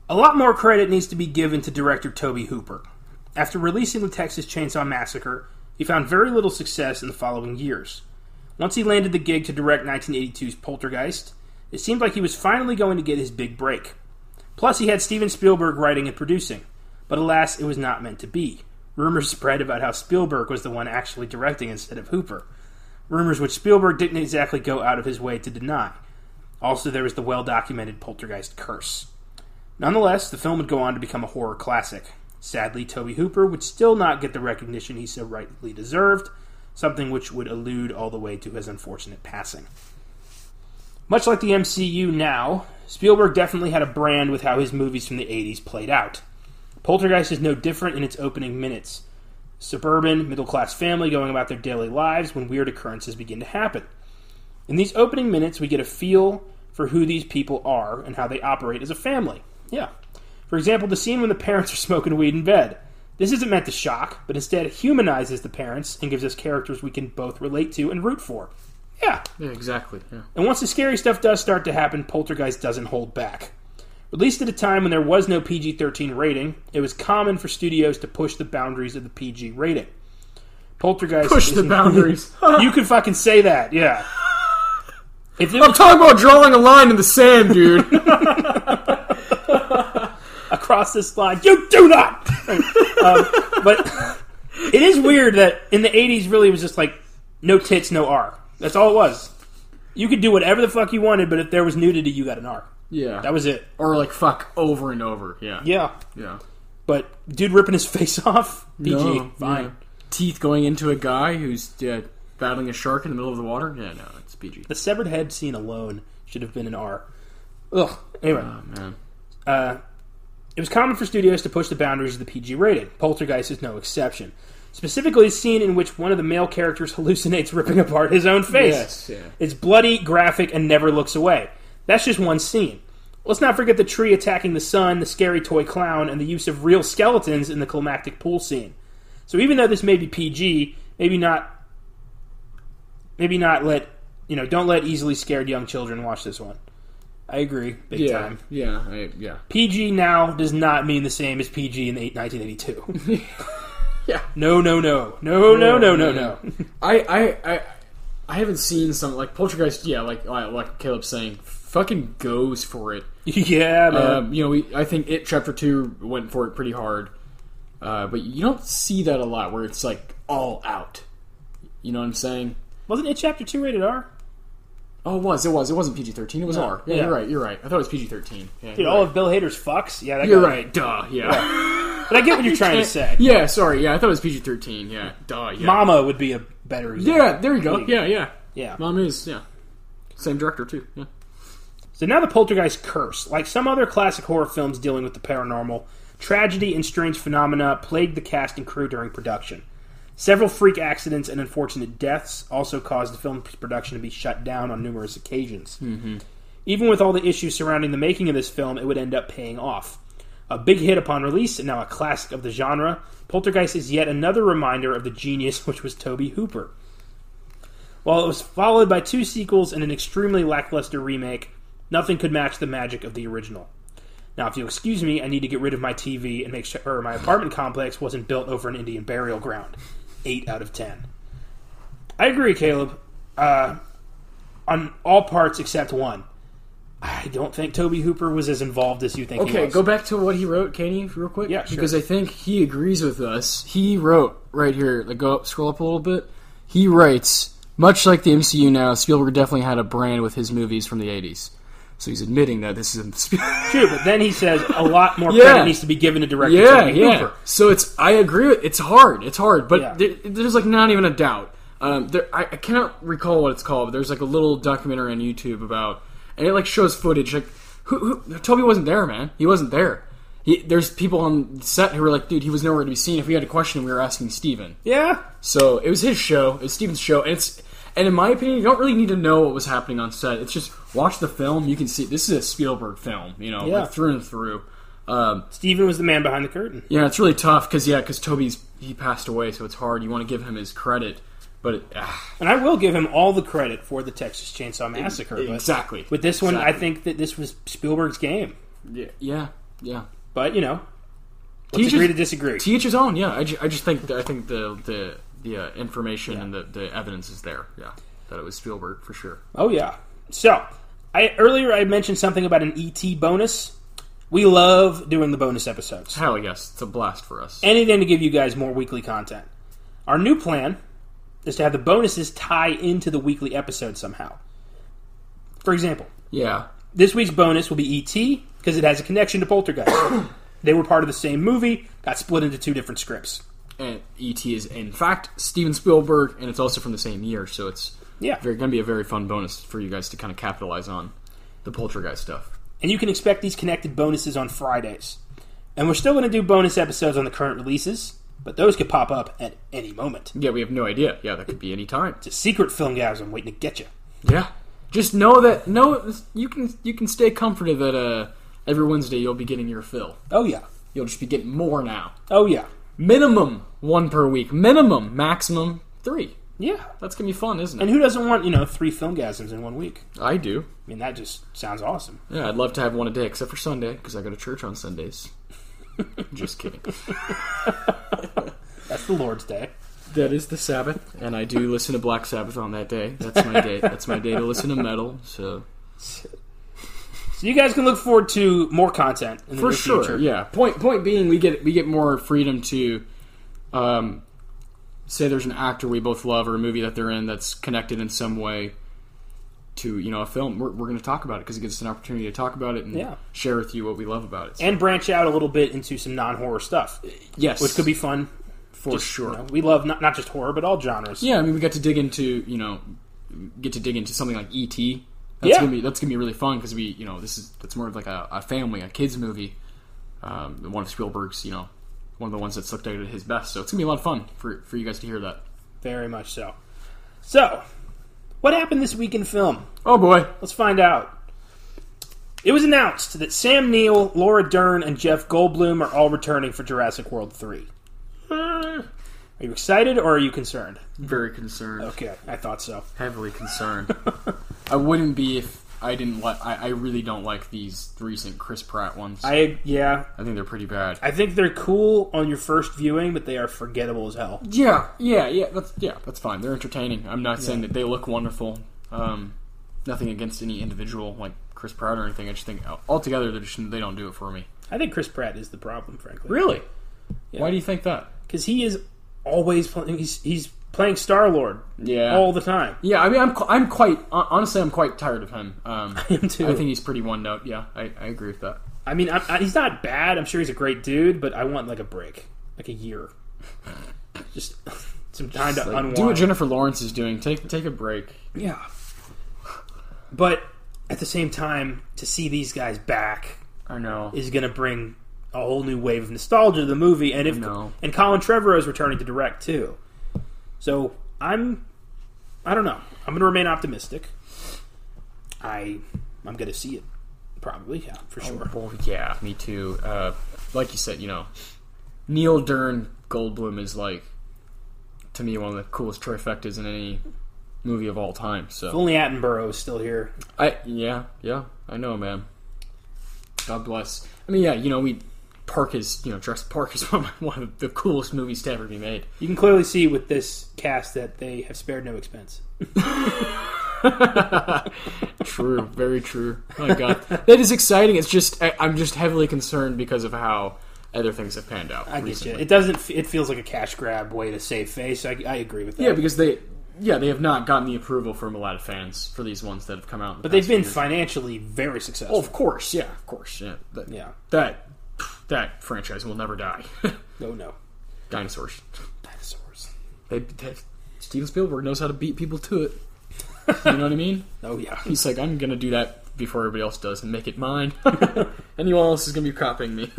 Speaker 1: A lot more credit needs to be given to director Toby Hooper. After releasing the Texas Chainsaw Massacre, he found very little success in the following years. Once he landed the gig to direct 1982's Poltergeist, it seemed like he was finally going to get his big break. Plus, he had Steven Spielberg writing and producing, but alas, it was not meant to be. Rumors spread about how Spielberg was the one actually directing instead of Hooper. Rumors which Spielberg didn't exactly go out of his way to deny. Also, there was the well documented poltergeist curse. Nonetheless, the film would go on to become a horror classic. Sadly, Toby Hooper would still not get the recognition he so rightly deserved, something which would allude all the way to his unfortunate passing. Much like the MCU now, Spielberg definitely had a brand with how his movies from the 80s played out. Poltergeist is no different in its opening minutes. Suburban, middle class family going about their daily lives when weird occurrences begin to happen. In these opening minutes, we get a feel for who these people are and how they operate as a family. Yeah. For example, the scene when the parents are smoking weed in bed. This isn't meant to shock, but instead humanizes the parents and gives us characters we can both relate to and root for. Yeah.
Speaker 2: Yeah, exactly. Yeah.
Speaker 1: And once the scary stuff does start to happen, Poltergeist doesn't hold back. Released at a time when there was no PG 13 rating, it was common for studios to push the boundaries of the PG rating. Poltergeist.
Speaker 2: Push the
Speaker 1: isn't-
Speaker 2: boundaries.
Speaker 1: you can fucking say that, yeah. If it
Speaker 2: I'm
Speaker 1: was
Speaker 2: talking about drawing a line in the sand, dude.
Speaker 1: across this line, you do not. um, but it is weird that in the '80s, really it was just like no tits, no R. That's all it was. You could do whatever the fuck you wanted, but if there was nudity, you got an R.
Speaker 2: yeah.
Speaker 1: That was it.
Speaker 2: or like fuck over and over. Yeah.
Speaker 1: Yeah.
Speaker 2: Yeah.
Speaker 1: But dude ripping his face off, PG,
Speaker 2: No,
Speaker 1: fine.
Speaker 2: yeah. Teeth going into a guy who's uh, battling a shark in the middle of the water. Yeah, no, it's PG.
Speaker 1: The severed head scene alone should have been an R. Ugh. Anyway,
Speaker 2: Oh man.
Speaker 1: it was common for studios to push the boundaries of the PG rating. Poltergeist is no exception. Specifically, a scene in which one of the male characters hallucinates ripping apart his own face.
Speaker 2: Yes, yeah.
Speaker 1: It's bloody, graphic, and never looks away. That's just one scene. Let's not forget the tree attacking the sun, the scary toy clown, and the use of real skeletons in the climactic pool scene. So even though this may be PG, maybe not, maybe not let you know. Don't let easily scared young children watch this one. I agree, big
Speaker 2: Yeah.
Speaker 1: time.
Speaker 2: Yeah. I, yeah.
Speaker 1: PG now does not mean the same as PG in the eight- 1982.
Speaker 2: Yeah.
Speaker 1: No, no, no. No, no, no, no, no.
Speaker 2: I, I, I, I haven't seen some like Poltergeist. Yeah, like uh, like Caleb's saying, fucking goes for it.
Speaker 1: yeah, man.
Speaker 2: Um, you know, we, I think it chapter two went for it pretty hard, uh, but you don't see that a lot where it's like all out. You know what I'm saying?
Speaker 1: Wasn't it Chapter 2 rated R?
Speaker 2: Oh, it was it was it wasn't PG thirteen. It was R. Yeah,
Speaker 1: yeah.
Speaker 2: you're right. You're right. I thought it was PG thirteen. Yeah,
Speaker 1: Dude,
Speaker 2: you're
Speaker 1: all
Speaker 2: right.
Speaker 1: of Bill Hader's fucks? Yeah, that
Speaker 2: You're
Speaker 1: guy-
Speaker 2: right. Duh. Yeah.
Speaker 1: But I get what you're trying to say.
Speaker 2: yeah. Sorry. Yeah, I thought it was PG thirteen. Yeah. Duh. Yeah.
Speaker 1: Mama would be a better example.
Speaker 2: Yeah. There you go. Yeah. Yeah.
Speaker 1: Yeah.
Speaker 2: Mom is. Yeah. Same director too. Yeah.
Speaker 1: So now the Poltergeist curse, like some other classic horror films dealing with the paranormal, tragedy and strange phenomena plagued the cast and crew during production. Several freak accidents and unfortunate deaths also caused the film's production to be shut down on numerous occasions. Even with all the issues surrounding the making of this film, it would end up paying off. A big hit upon release and now a classic of the genre, Poltergeist is yet another reminder of the genius which was Toby Hooper. While it was followed by two sequels and an extremely lackluster remake, nothing could match the magic of the original. Now, if you'll excuse me, I need to get rid of my TV and make sure or my apartment complex wasn't built over an Indian burial ground. Eight out of ten. I agree, Caleb. Uh, on all parts except one. I don't think Toby Hooper was as involved as you think he
Speaker 2: Okay,
Speaker 1: was.
Speaker 2: go back to what he wrote, can you, real quick?
Speaker 1: Yeah, sure.
Speaker 2: Because I think he agrees with us. He wrote right here. Like, go up, scroll up a little bit. He writes, much like the MCU now, Spielberg definitely had a brand with his movies from the '80s. So he's admitting that this is. Spielberg.
Speaker 1: True, but then he says a lot more
Speaker 2: Yeah.
Speaker 1: credit needs to be given to director
Speaker 2: yeah,
Speaker 1: Toby
Speaker 2: yeah.
Speaker 1: Hooper.
Speaker 2: So it's. I agree. With, it's hard. It's hard, but
Speaker 1: Yeah.
Speaker 2: there, there's like not even a doubt. Um, there, I, I cannot recall what it's called, but there's like a little documentary on YouTube about, and it like shows footage. Like, who, who Toby wasn't there, man. He wasn't there. He, there's people on set who were like, dude, he was nowhere to be seen. If we had a question, we were asking Steven.
Speaker 1: Yeah,
Speaker 2: So it was his show. It was Steven's show. And it's and in my opinion, you don't really need to know what was happening on set. It's just watch the film. You can see this is a Spielberg film, you know,
Speaker 1: Yeah.
Speaker 2: like through and through. Um,
Speaker 1: Steven was the man behind the curtain.
Speaker 2: yeah, it's really tough because yeah, because Toby's he passed away, so it's hard. You want to give him his credit, but it, ah,
Speaker 1: And I will give him all the credit for the Texas Chainsaw Massacre. but
Speaker 2: exactly
Speaker 1: With this one, I
Speaker 2: Exactly.
Speaker 1: think that this was Spielberg's game.
Speaker 2: yeah, yeah, yeah.
Speaker 1: But, you know,
Speaker 2: He
Speaker 1: let's
Speaker 2: just-
Speaker 1: agree to disagree.
Speaker 2: To each his own. Yeah, I, ju- I just think I think the the the uh, information and the, the evidence is there. Yeah, that it was Spielberg for sure.
Speaker 1: oh, yeah. So, I earlier I mentioned something about an ET bonus. We love doing the bonus episodes.
Speaker 2: Hell yes, it's a blast for us.
Speaker 1: anything to give you guys more weekly content. Our new plan is to have the bonuses tie into the weekly episode somehow. For example,
Speaker 2: yeah,
Speaker 1: this week's bonus will be ET because it has a connection to Poltergeist. they were part of the same movie, got split into two different scripts.
Speaker 2: and ET is in fact Steven Spielberg, and it's also from the same year, so it's
Speaker 1: Yeah.
Speaker 2: very going to be a very fun bonus for you guys to kind of capitalize on the Poltergeist stuff.
Speaker 1: And you can expect these connected bonuses on Fridays. And we're still going to do bonus episodes on the current releases, but those could pop up at any moment.
Speaker 2: Yeah, we have no idea. Yeah, that could be any time.
Speaker 1: It's a secret film, guys. I'm waiting to get you.
Speaker 2: Yeah. Just know that no, you can you can stay comforted that uh, every Wednesday you'll be getting your fill.
Speaker 1: Oh, yeah.
Speaker 2: You'll just be getting more now.
Speaker 1: Oh, yeah.
Speaker 2: Minimum one per week. Minimum, maximum three.
Speaker 1: Yeah.
Speaker 2: That's gonna be fun, isn't it?
Speaker 1: And who doesn't want, you know, three filmgasms in one week?
Speaker 2: I do.
Speaker 1: I mean, that just sounds awesome.
Speaker 2: Yeah, I'd love to have one a day, except for Sunday because I go to church on Sundays. just kidding.
Speaker 1: That's the Lord's Day.
Speaker 2: that is the Sabbath, and I do listen to Black Sabbath on that day. That's my day. That's my day to listen to metal. So
Speaker 1: So you guys can look forward to more content in the
Speaker 2: for
Speaker 1: near
Speaker 2: sure,
Speaker 1: future.
Speaker 2: yeah. Point point being, we get we get more freedom to, um, say there's an actor we both love or a movie that they're in that's connected in some way to you know a film. We're, we're going to talk about it because it gives us an opportunity to talk about it and
Speaker 1: Yeah.
Speaker 2: share with you what we love about it. So,
Speaker 1: And branch out a little bit into some non-horror stuff,
Speaker 2: yes,
Speaker 1: which could be fun.
Speaker 2: for sure.
Speaker 1: You know, we love not, not just horror, but all genres.
Speaker 2: Yeah, I mean, we got to dig into you know, get to dig into something like ET. That's
Speaker 1: Yeah.
Speaker 2: gonna be that's gonna be really fun because we you know this is that's more of like a, a family a kids movie, um, one of Spielberg's you know one of the ones that's looked at at his best. So it's gonna be a lot of fun for for you guys to hear that.
Speaker 1: Very much so. So, what happened this week in film?
Speaker 2: Oh boy,
Speaker 1: Let's find out. It was announced that Sam Neill, Laura Dern, and Jeff Goldblum are all returning for Jurassic World 3. Are you excited or are you concerned?
Speaker 2: very concerned,
Speaker 1: Okay, I thought so.
Speaker 2: heavily concerned. I wouldn't be if I didn't like. I, I really don't like these recent Chris Pratt ones. I,
Speaker 1: I yeah,
Speaker 2: think they're pretty bad.
Speaker 1: I think they're cool on your first viewing, but they are forgettable as hell.
Speaker 2: Yeah, yeah, yeah. That's yeah, that's fine. They're entertaining. I'm not saying that they look wonderful. Um, nothing against any individual like Chris Pratt or anything. I just think al- altogether they just they don't do it for me.
Speaker 1: I think Chris Pratt is the problem, frankly,
Speaker 2: Really? Why do you think that?
Speaker 1: because he is always playing. He's he's playing Star Lord
Speaker 2: Yeah.
Speaker 1: all the time.
Speaker 2: yeah. I mean, I'm qu- I'm quite hon- honestly I'm quite tired of him. Um, I
Speaker 1: am too.
Speaker 2: I think he's pretty one note. Yeah, I, I agree with that.
Speaker 1: I mean, I'm, I, he's not bad. I'm sure he's a great dude, but I want like a break, like a year, just some time to
Speaker 2: Like,
Speaker 1: unwind.
Speaker 2: do what Jennifer Lawrence is doing. Take take a break.
Speaker 1: yeah. But at the same time, to see these guys back
Speaker 2: I know.
Speaker 1: is going to bring a whole new wave of nostalgia to the movie, and if
Speaker 2: No.
Speaker 1: and Colin Trevorrow is returning to direct too, so I'm, I don't know. I'm going to remain optimistic. I, I'm going to see it, probably. Yeah,
Speaker 2: Oh.
Speaker 1: for sure.
Speaker 2: Well, yeah, me too. Uh, like you said, you know, Neil Dern Goldblum is like to me one of the coolest trifectas in any movie of all time.
Speaker 1: If
Speaker 2: So
Speaker 1: only Attenborough is still here.
Speaker 2: I yeah yeah I know man. God bless. I mean yeah you know we Park is you know Jurassic Park is one of, my, one of the coolest movies to ever be made.
Speaker 1: You can clearly see with this cast that they have spared no expense.
Speaker 2: True, very true. Oh My God, that is exciting. It's just I, I'm just heavily concerned because of how other things have panned out.
Speaker 1: I get you. It doesn't. f- It feels like a cash grab way to save face. I, I agree with that.
Speaker 2: Yeah, because they yeah they have not gotten the approval from a lot of fans for these ones that have come out. in the
Speaker 1: but they've
Speaker 2: past
Speaker 1: been
Speaker 2: few years.
Speaker 1: financially very successful.
Speaker 2: Oh, of course, yeah, of course, yeah. That,
Speaker 1: yeah.
Speaker 2: that that franchise will never die.
Speaker 1: No, Oh, no.
Speaker 2: Dinosaurs.
Speaker 1: Dinosaurs.
Speaker 2: They, they, Steven Spielberg knows how to beat people to it. You know what I mean?
Speaker 1: Oh yeah.
Speaker 2: He's like, I'm gonna do that before everybody else does and make it mine. Anyone else is gonna be copying me.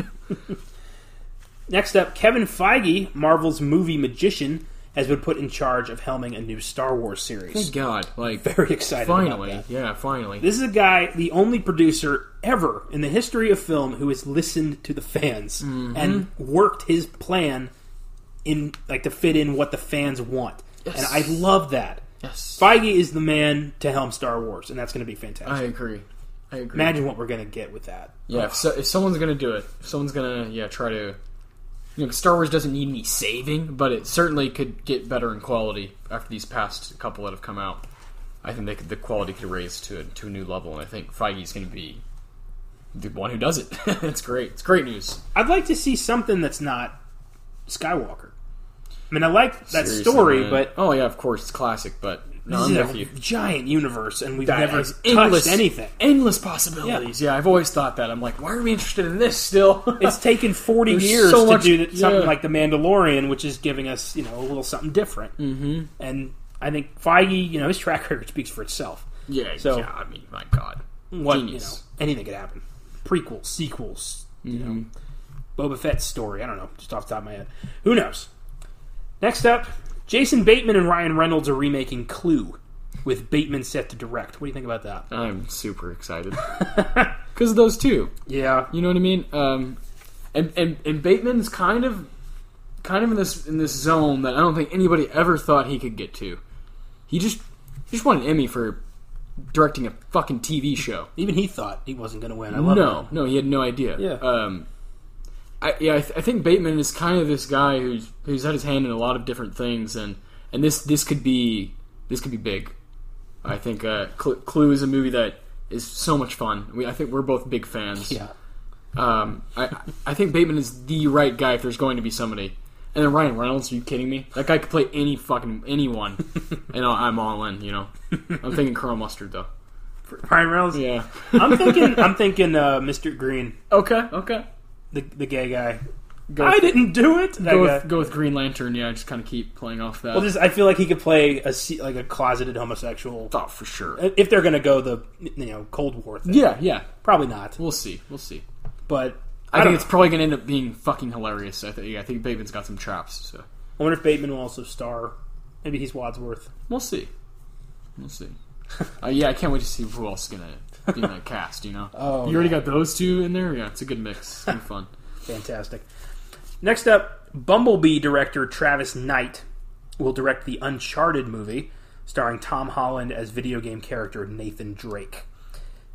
Speaker 1: Next up, Kevin Feige, Marvel's movie magician, has been put in charge of helming a new Star Wars series.
Speaker 2: Thank God, like
Speaker 1: Very excited. about that.
Speaker 2: finally, yeah, finally.
Speaker 1: This is a guy, the only producer ever in the history of film who has listened to the fans
Speaker 2: Mm-hmm.
Speaker 1: and worked his plan in like to fit in what the fans want. And I love that.
Speaker 2: yes,
Speaker 1: Feige is the man to helm Star Wars, and that's going to be fantastic.
Speaker 2: I agree. I agree.
Speaker 1: Imagine what we're going to get with that.
Speaker 2: Yeah, if, so, if someone's gonna do it, if someone's gonna yeah try to, you know, Star Wars doesn't need any saving, but it certainly could get better in quality after these past couple that have come out. I think they could, the quality could raise to a, to a new level, and I think Feige's gonna be the one who does it. it's great. It's great news.
Speaker 1: I'd like to see something that's not Skywalker. I mean, I like that
Speaker 2: Seriously,
Speaker 1: story,
Speaker 2: man.
Speaker 1: but
Speaker 2: oh yeah, of course it's classic, but no,
Speaker 1: this
Speaker 2: I'm
Speaker 1: is
Speaker 2: with
Speaker 1: a
Speaker 2: you.
Speaker 1: giant universe, and we've
Speaker 2: That
Speaker 1: never
Speaker 2: has
Speaker 1: touched
Speaker 2: endless-
Speaker 1: anything.
Speaker 2: Endless possibilities. Yeah. I've always thought that. I'm like, why are we interested in this still?
Speaker 1: It's taken 40
Speaker 2: There's
Speaker 1: years
Speaker 2: so
Speaker 1: to
Speaker 2: much-
Speaker 1: do that, something
Speaker 2: yeah.
Speaker 1: like The Mandalorian, which is giving us, you know, a little something different. Mm-hmm. And I think Feige, you know, his track record speaks for itself.
Speaker 2: yeah,
Speaker 1: so-
Speaker 2: yeah. I mean, my God,
Speaker 1: What, you know,
Speaker 2: Genius.
Speaker 1: anything could happen. Prequels, sequels, you know,
Speaker 2: Mm-hmm.
Speaker 1: Boba Fett's story. I don't know, just off the top of my head. Who knows? Next up, Jason Bateman and Ryan Reynolds are remaking Clue, with Bateman set to direct. What do you think about that?
Speaker 2: I'm super excited because of those two.
Speaker 1: Yeah,
Speaker 2: You know what I mean? Um, and, and and Bateman's kind of kind of in this in this zone that I don't think anybody ever thought he could get to. He just he just won an Emmy for directing a fucking TV show.
Speaker 1: even he thought he wasn't going to win. I love
Speaker 2: No, no, he had no idea.
Speaker 1: Yeah.
Speaker 2: Um, I, yeah, I, th- I think Bateman is kind of this guy who's who's had his hand in a lot of different things, and and this this could be this could be big. I think uh, Cl- Clue is a movie that is so much fun. We, I think we're both big fans.
Speaker 1: Yeah.
Speaker 2: Um, I I think Bateman is the right guy if there's going to be somebody. And then Ryan Reynolds, are you kidding me? That guy could play any fucking anyone, and I- I'm all in. You know, I'm thinking Colonel Mustard though.
Speaker 1: Ryan Reynolds.
Speaker 2: Yeah.
Speaker 1: I'm thinking. I'm thinking. Uh, Mr. Green,
Speaker 2: Okay. Okay.
Speaker 1: the the gay guy.
Speaker 2: Go
Speaker 1: I
Speaker 2: with-
Speaker 1: didn't do it. That
Speaker 2: Go
Speaker 1: guy.
Speaker 2: with, go with Green Lantern. Yeah, I just kind of keep playing off that.
Speaker 1: Well, just I feel like he could play a se- like a closeted homosexual.
Speaker 2: oh, for sure.
Speaker 1: If they're gonna go the you know Cold War thing,
Speaker 2: Yeah, yeah.
Speaker 1: probably not.
Speaker 2: We'll see. We'll see.
Speaker 1: But
Speaker 2: I,
Speaker 1: I, don't
Speaker 2: think
Speaker 1: know.
Speaker 2: it's probably going to end up being fucking hilarious. I think. Yeah, I think Bateman's got some chops. So
Speaker 1: I wonder if Bateman will also star. Maybe he's Wadsworth.
Speaker 2: we'll see. We'll see. uh, yeah, I can't wait to see who else is going to be in that cast. You know.
Speaker 1: Oh,
Speaker 2: you already got those two in there. Yeah, it's a good mix. It's gonna be fun.
Speaker 1: Fantastic. Next up, Bumblebee director Travis Knight will direct the Uncharted movie, starring Tom Holland as video game character Nathan Drake.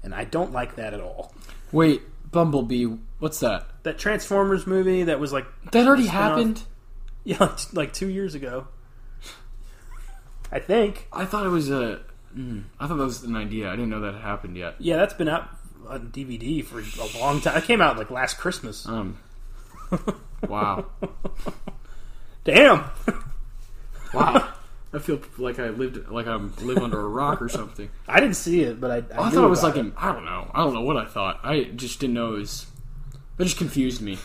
Speaker 1: And I don't like that at all.
Speaker 2: Wait, Bumblebee. What's that?
Speaker 1: That Transformers movie that was like
Speaker 2: That already
Speaker 1: Spin-off.
Speaker 2: happened.
Speaker 1: yeah, like, like two years ago. I think.
Speaker 2: I thought it was a. Mm, I thought that was an idea. I didn't know that had happened yet.
Speaker 1: Yeah, that's been out on DVD for a long time. It came out like last Christmas.
Speaker 2: Um. Wow.
Speaker 1: Damn.
Speaker 2: Wow. I feel like I lived like I'm live under a rock or something.
Speaker 1: I didn't see it, but I. I,
Speaker 2: Oh, I
Speaker 1: knew
Speaker 2: thought it was
Speaker 1: about
Speaker 2: like an I don't know. I don't know what I thought. I just didn't know it was. That just confused me.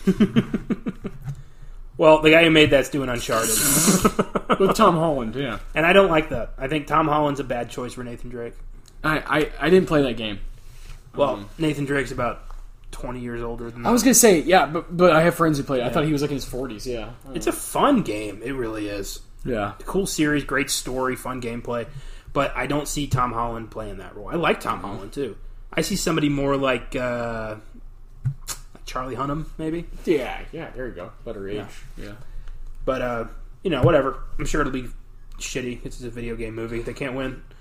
Speaker 1: Well, the guy who made that's doing Uncharted,
Speaker 2: With Tom Holland, yeah.
Speaker 1: and I don't like that. I think Tom Holland's a bad choice for Nathan Drake.
Speaker 2: I, I, I didn't play that game.
Speaker 1: Well, Nathan Drake's about twenty years older than.
Speaker 2: Mm-hmm. I was gonna say yeah, but but I have friends who played. it. I thought he was like in his forties. Yeah.
Speaker 1: it's a fun game. It really is.
Speaker 2: Yeah.
Speaker 1: Cool series, great story, fun gameplay. But I don't see Tom Holland playing that role. I like Tom Holland too. I see somebody more like uh, like Charlie Hunnam, maybe.
Speaker 2: Yeah. Yeah. There you go. Better age. Yeah.
Speaker 1: But uh, you know, whatever. I'm sure it'll be shitty. It's a video game movie. They can't win.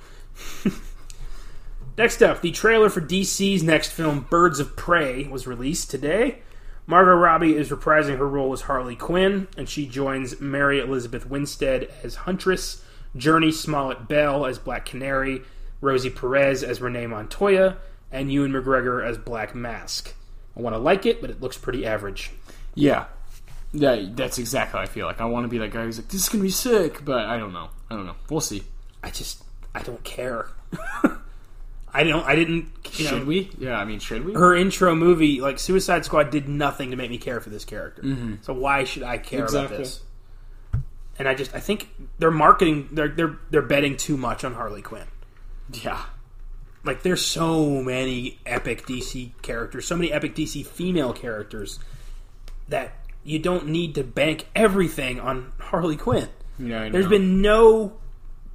Speaker 1: next up, the trailer for DC's next film, Birds of Prey, was released today. Margot Robbie is reprising her role as Harley Quinn, and she joins Mary Elizabeth Winstead as Huntress, Journey Smollett Bell as Black Canary, Rosie Perez as Renee Montoya, and Ewan McGregor as Black Mask. I want to like it, but it looks pretty average.
Speaker 2: Yeah. Yeah. That's exactly how I feel. Like I want to be that guy who's like, this is gonna be sick, but I don't know. I don't know. We'll see.
Speaker 1: I just I don't care. I don't. I didn't. You know,
Speaker 2: Should we? Yeah. I mean, should we?
Speaker 1: her intro movie, like Suicide Squad, did nothing to make me care for this character. So why should I care
Speaker 2: Exactly.
Speaker 1: about this? And I just I think they're marketing. They're they're they're betting too much on Harley Quinn.
Speaker 2: Yeah.
Speaker 1: Like there's so many epic DC characters, so many epic DC female characters that you don't need to bank everything on Harley Quinn.
Speaker 2: Yeah. I know.
Speaker 1: There's been no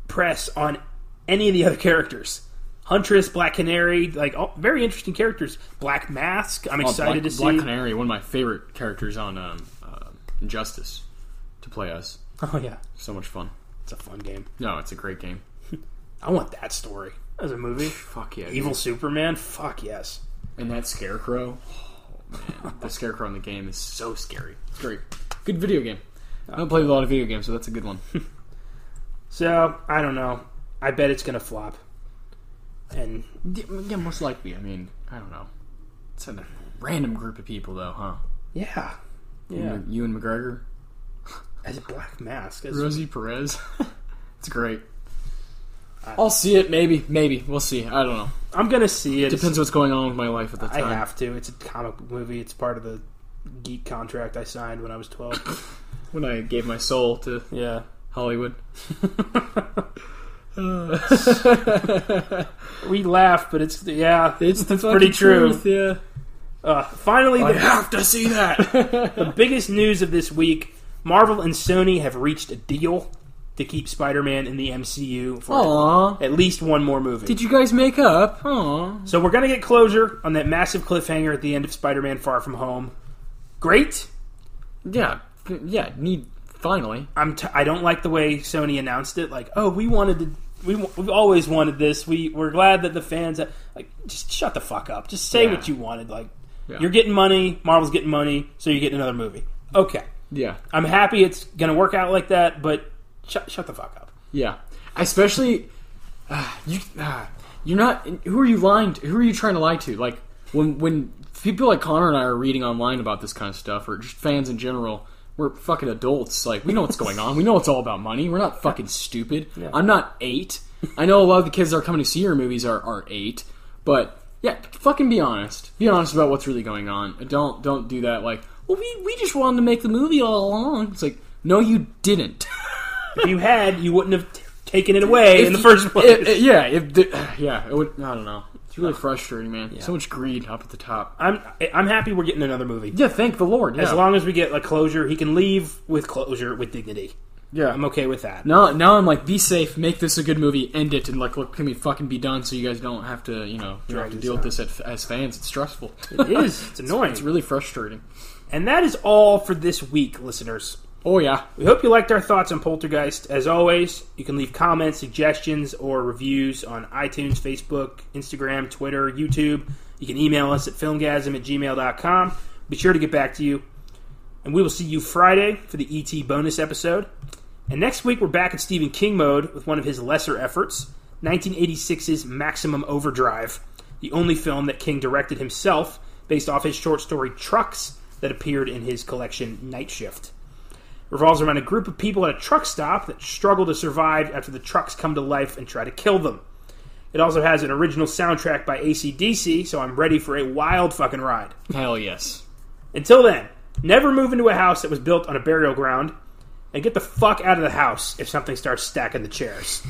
Speaker 1: press on any of the other characters. Huntress, Black Canary, like all, very interesting characters. Black Mask, I'm
Speaker 2: Oh,
Speaker 1: excited
Speaker 2: Black,
Speaker 1: to see.
Speaker 2: Black Canary, one of my favorite characters on um, uh, Injustice, to play as.
Speaker 1: Oh yeah,
Speaker 2: So much fun.
Speaker 1: it's a fun game.
Speaker 2: No, it's a great game.
Speaker 1: I want that story as a movie.
Speaker 2: Fuck yeah.
Speaker 1: Evil Superman, fuck yes.
Speaker 2: dude. And that scarecrow. Oh, man. the scarecrow in the game is so scary. It's great. Good video game. I don't play a lot of video games, so that's a good one.
Speaker 1: So I don't know. I bet it's gonna flop. And
Speaker 2: yeah, yeah, most likely. I mean, I don't know. It's a random group of people, though, huh?
Speaker 1: yeah, yeah.
Speaker 2: You and McGregor,
Speaker 1: As Black Mask, as,
Speaker 2: Rosie Perez. it's great. I'll see it, maybe, maybe. We'll see. I don't know.
Speaker 1: I'm gonna see it.
Speaker 2: Depends what's going on with my life at the
Speaker 1: I
Speaker 2: time.
Speaker 1: have to. It's a comic book movie. It's part of the geek contract I signed when I was 12.
Speaker 2: when I gave my soul to
Speaker 1: yeah.
Speaker 2: Hollywood.
Speaker 1: We laugh, but it's yeah,
Speaker 2: It's the
Speaker 1: pretty true.
Speaker 2: yeah.
Speaker 1: Uh, finally,
Speaker 2: I
Speaker 1: the
Speaker 2: have to see that.
Speaker 1: biggest news of this week: Marvel and Sony have reached a deal to keep Spider-Man in the MCU for
Speaker 2: Aw.
Speaker 1: at least one more movie.
Speaker 2: Did you guys make up? Aw.
Speaker 1: so we're gonna get closure on that massive cliffhanger at the end of Spider-Man: Far From Home. Great.
Speaker 2: Yeah. Yeah. Need finally.
Speaker 1: I'm. T- I don't like the way Sony announced it. Like, oh, we wanted to. We, w- we've always wanted this. We we're glad that the fans like just shut the fuck up. Just say
Speaker 2: Yeah.
Speaker 1: what you wanted. Like,
Speaker 2: Yeah.
Speaker 1: You're getting money, Marvel's getting money, so you're getting another movie. Okay.
Speaker 2: Yeah.
Speaker 1: I'm happy it's going to work out like that, but shut, shut the fuck up.
Speaker 2: Yeah, especially uh, you. Uh, you're not. Who are you lying? To? Who are you trying to lie to? Like when when people like Connor and I are reading online about this kind of stuff, or just fans in general, we're fucking adults. Like we know what's going on. We know it's all about money. We're not fucking stupid. I'm not eight. I know a lot of the kids that are coming to see your movies are are eight, but yeah, fucking be honest. Be honest about what's really going on. Don't don't do that. Like, well, we we just wanted to make the movie all along. It's like, no, you didn't.
Speaker 1: If you had, you wouldn't have t- taken it away in the
Speaker 2: If-
Speaker 1: first place.
Speaker 2: if- if- yeah, if the, yeah, it would. I don't know. It's really frustrating, man. So much greed up at the top.
Speaker 1: I'm I'm happy we're getting another movie.
Speaker 2: Yeah, thank the Lord. Yeah,
Speaker 1: As long as we get like closure, he can leave with closure with dignity.
Speaker 2: yeah.
Speaker 1: I'm okay with that.
Speaker 2: now, now I'm like, be safe, make this a good movie, end it, and like, look, can we fucking be done so you guys don't have to, you know, you don't have to
Speaker 1: this
Speaker 2: deal with this at, as fans. It's stressful.
Speaker 1: It is. It's annoying.
Speaker 2: it's really frustrating.
Speaker 1: and that is all for this week, listeners.
Speaker 2: Oh yeah,
Speaker 1: We hope you liked our thoughts on Poltergeist. As always, you can leave comments, suggestions, or reviews on iTunes, Facebook, Instagram, Twitter, YouTube. You can email us at filmgasm at gmail.com. Be sure to get back to you. And we will see you Friday for the ET bonus episode. And next week, we're back in Stephen King mode with one of his lesser efforts 1986's Maximum Overdrive, the only film that King directed himself based off his short story Trucks that appeared in his collection Night Shift revolves around a group of people at a truck stop that struggle to survive after the trucks come to life and try to kill them. It also has an original soundtrack by ACDC, so I'm ready for a wild fucking ride.
Speaker 2: hell yes.
Speaker 1: Until then, never move into a house that was built on a burial ground, and get the fuck out of the house if something starts stacking the chairs.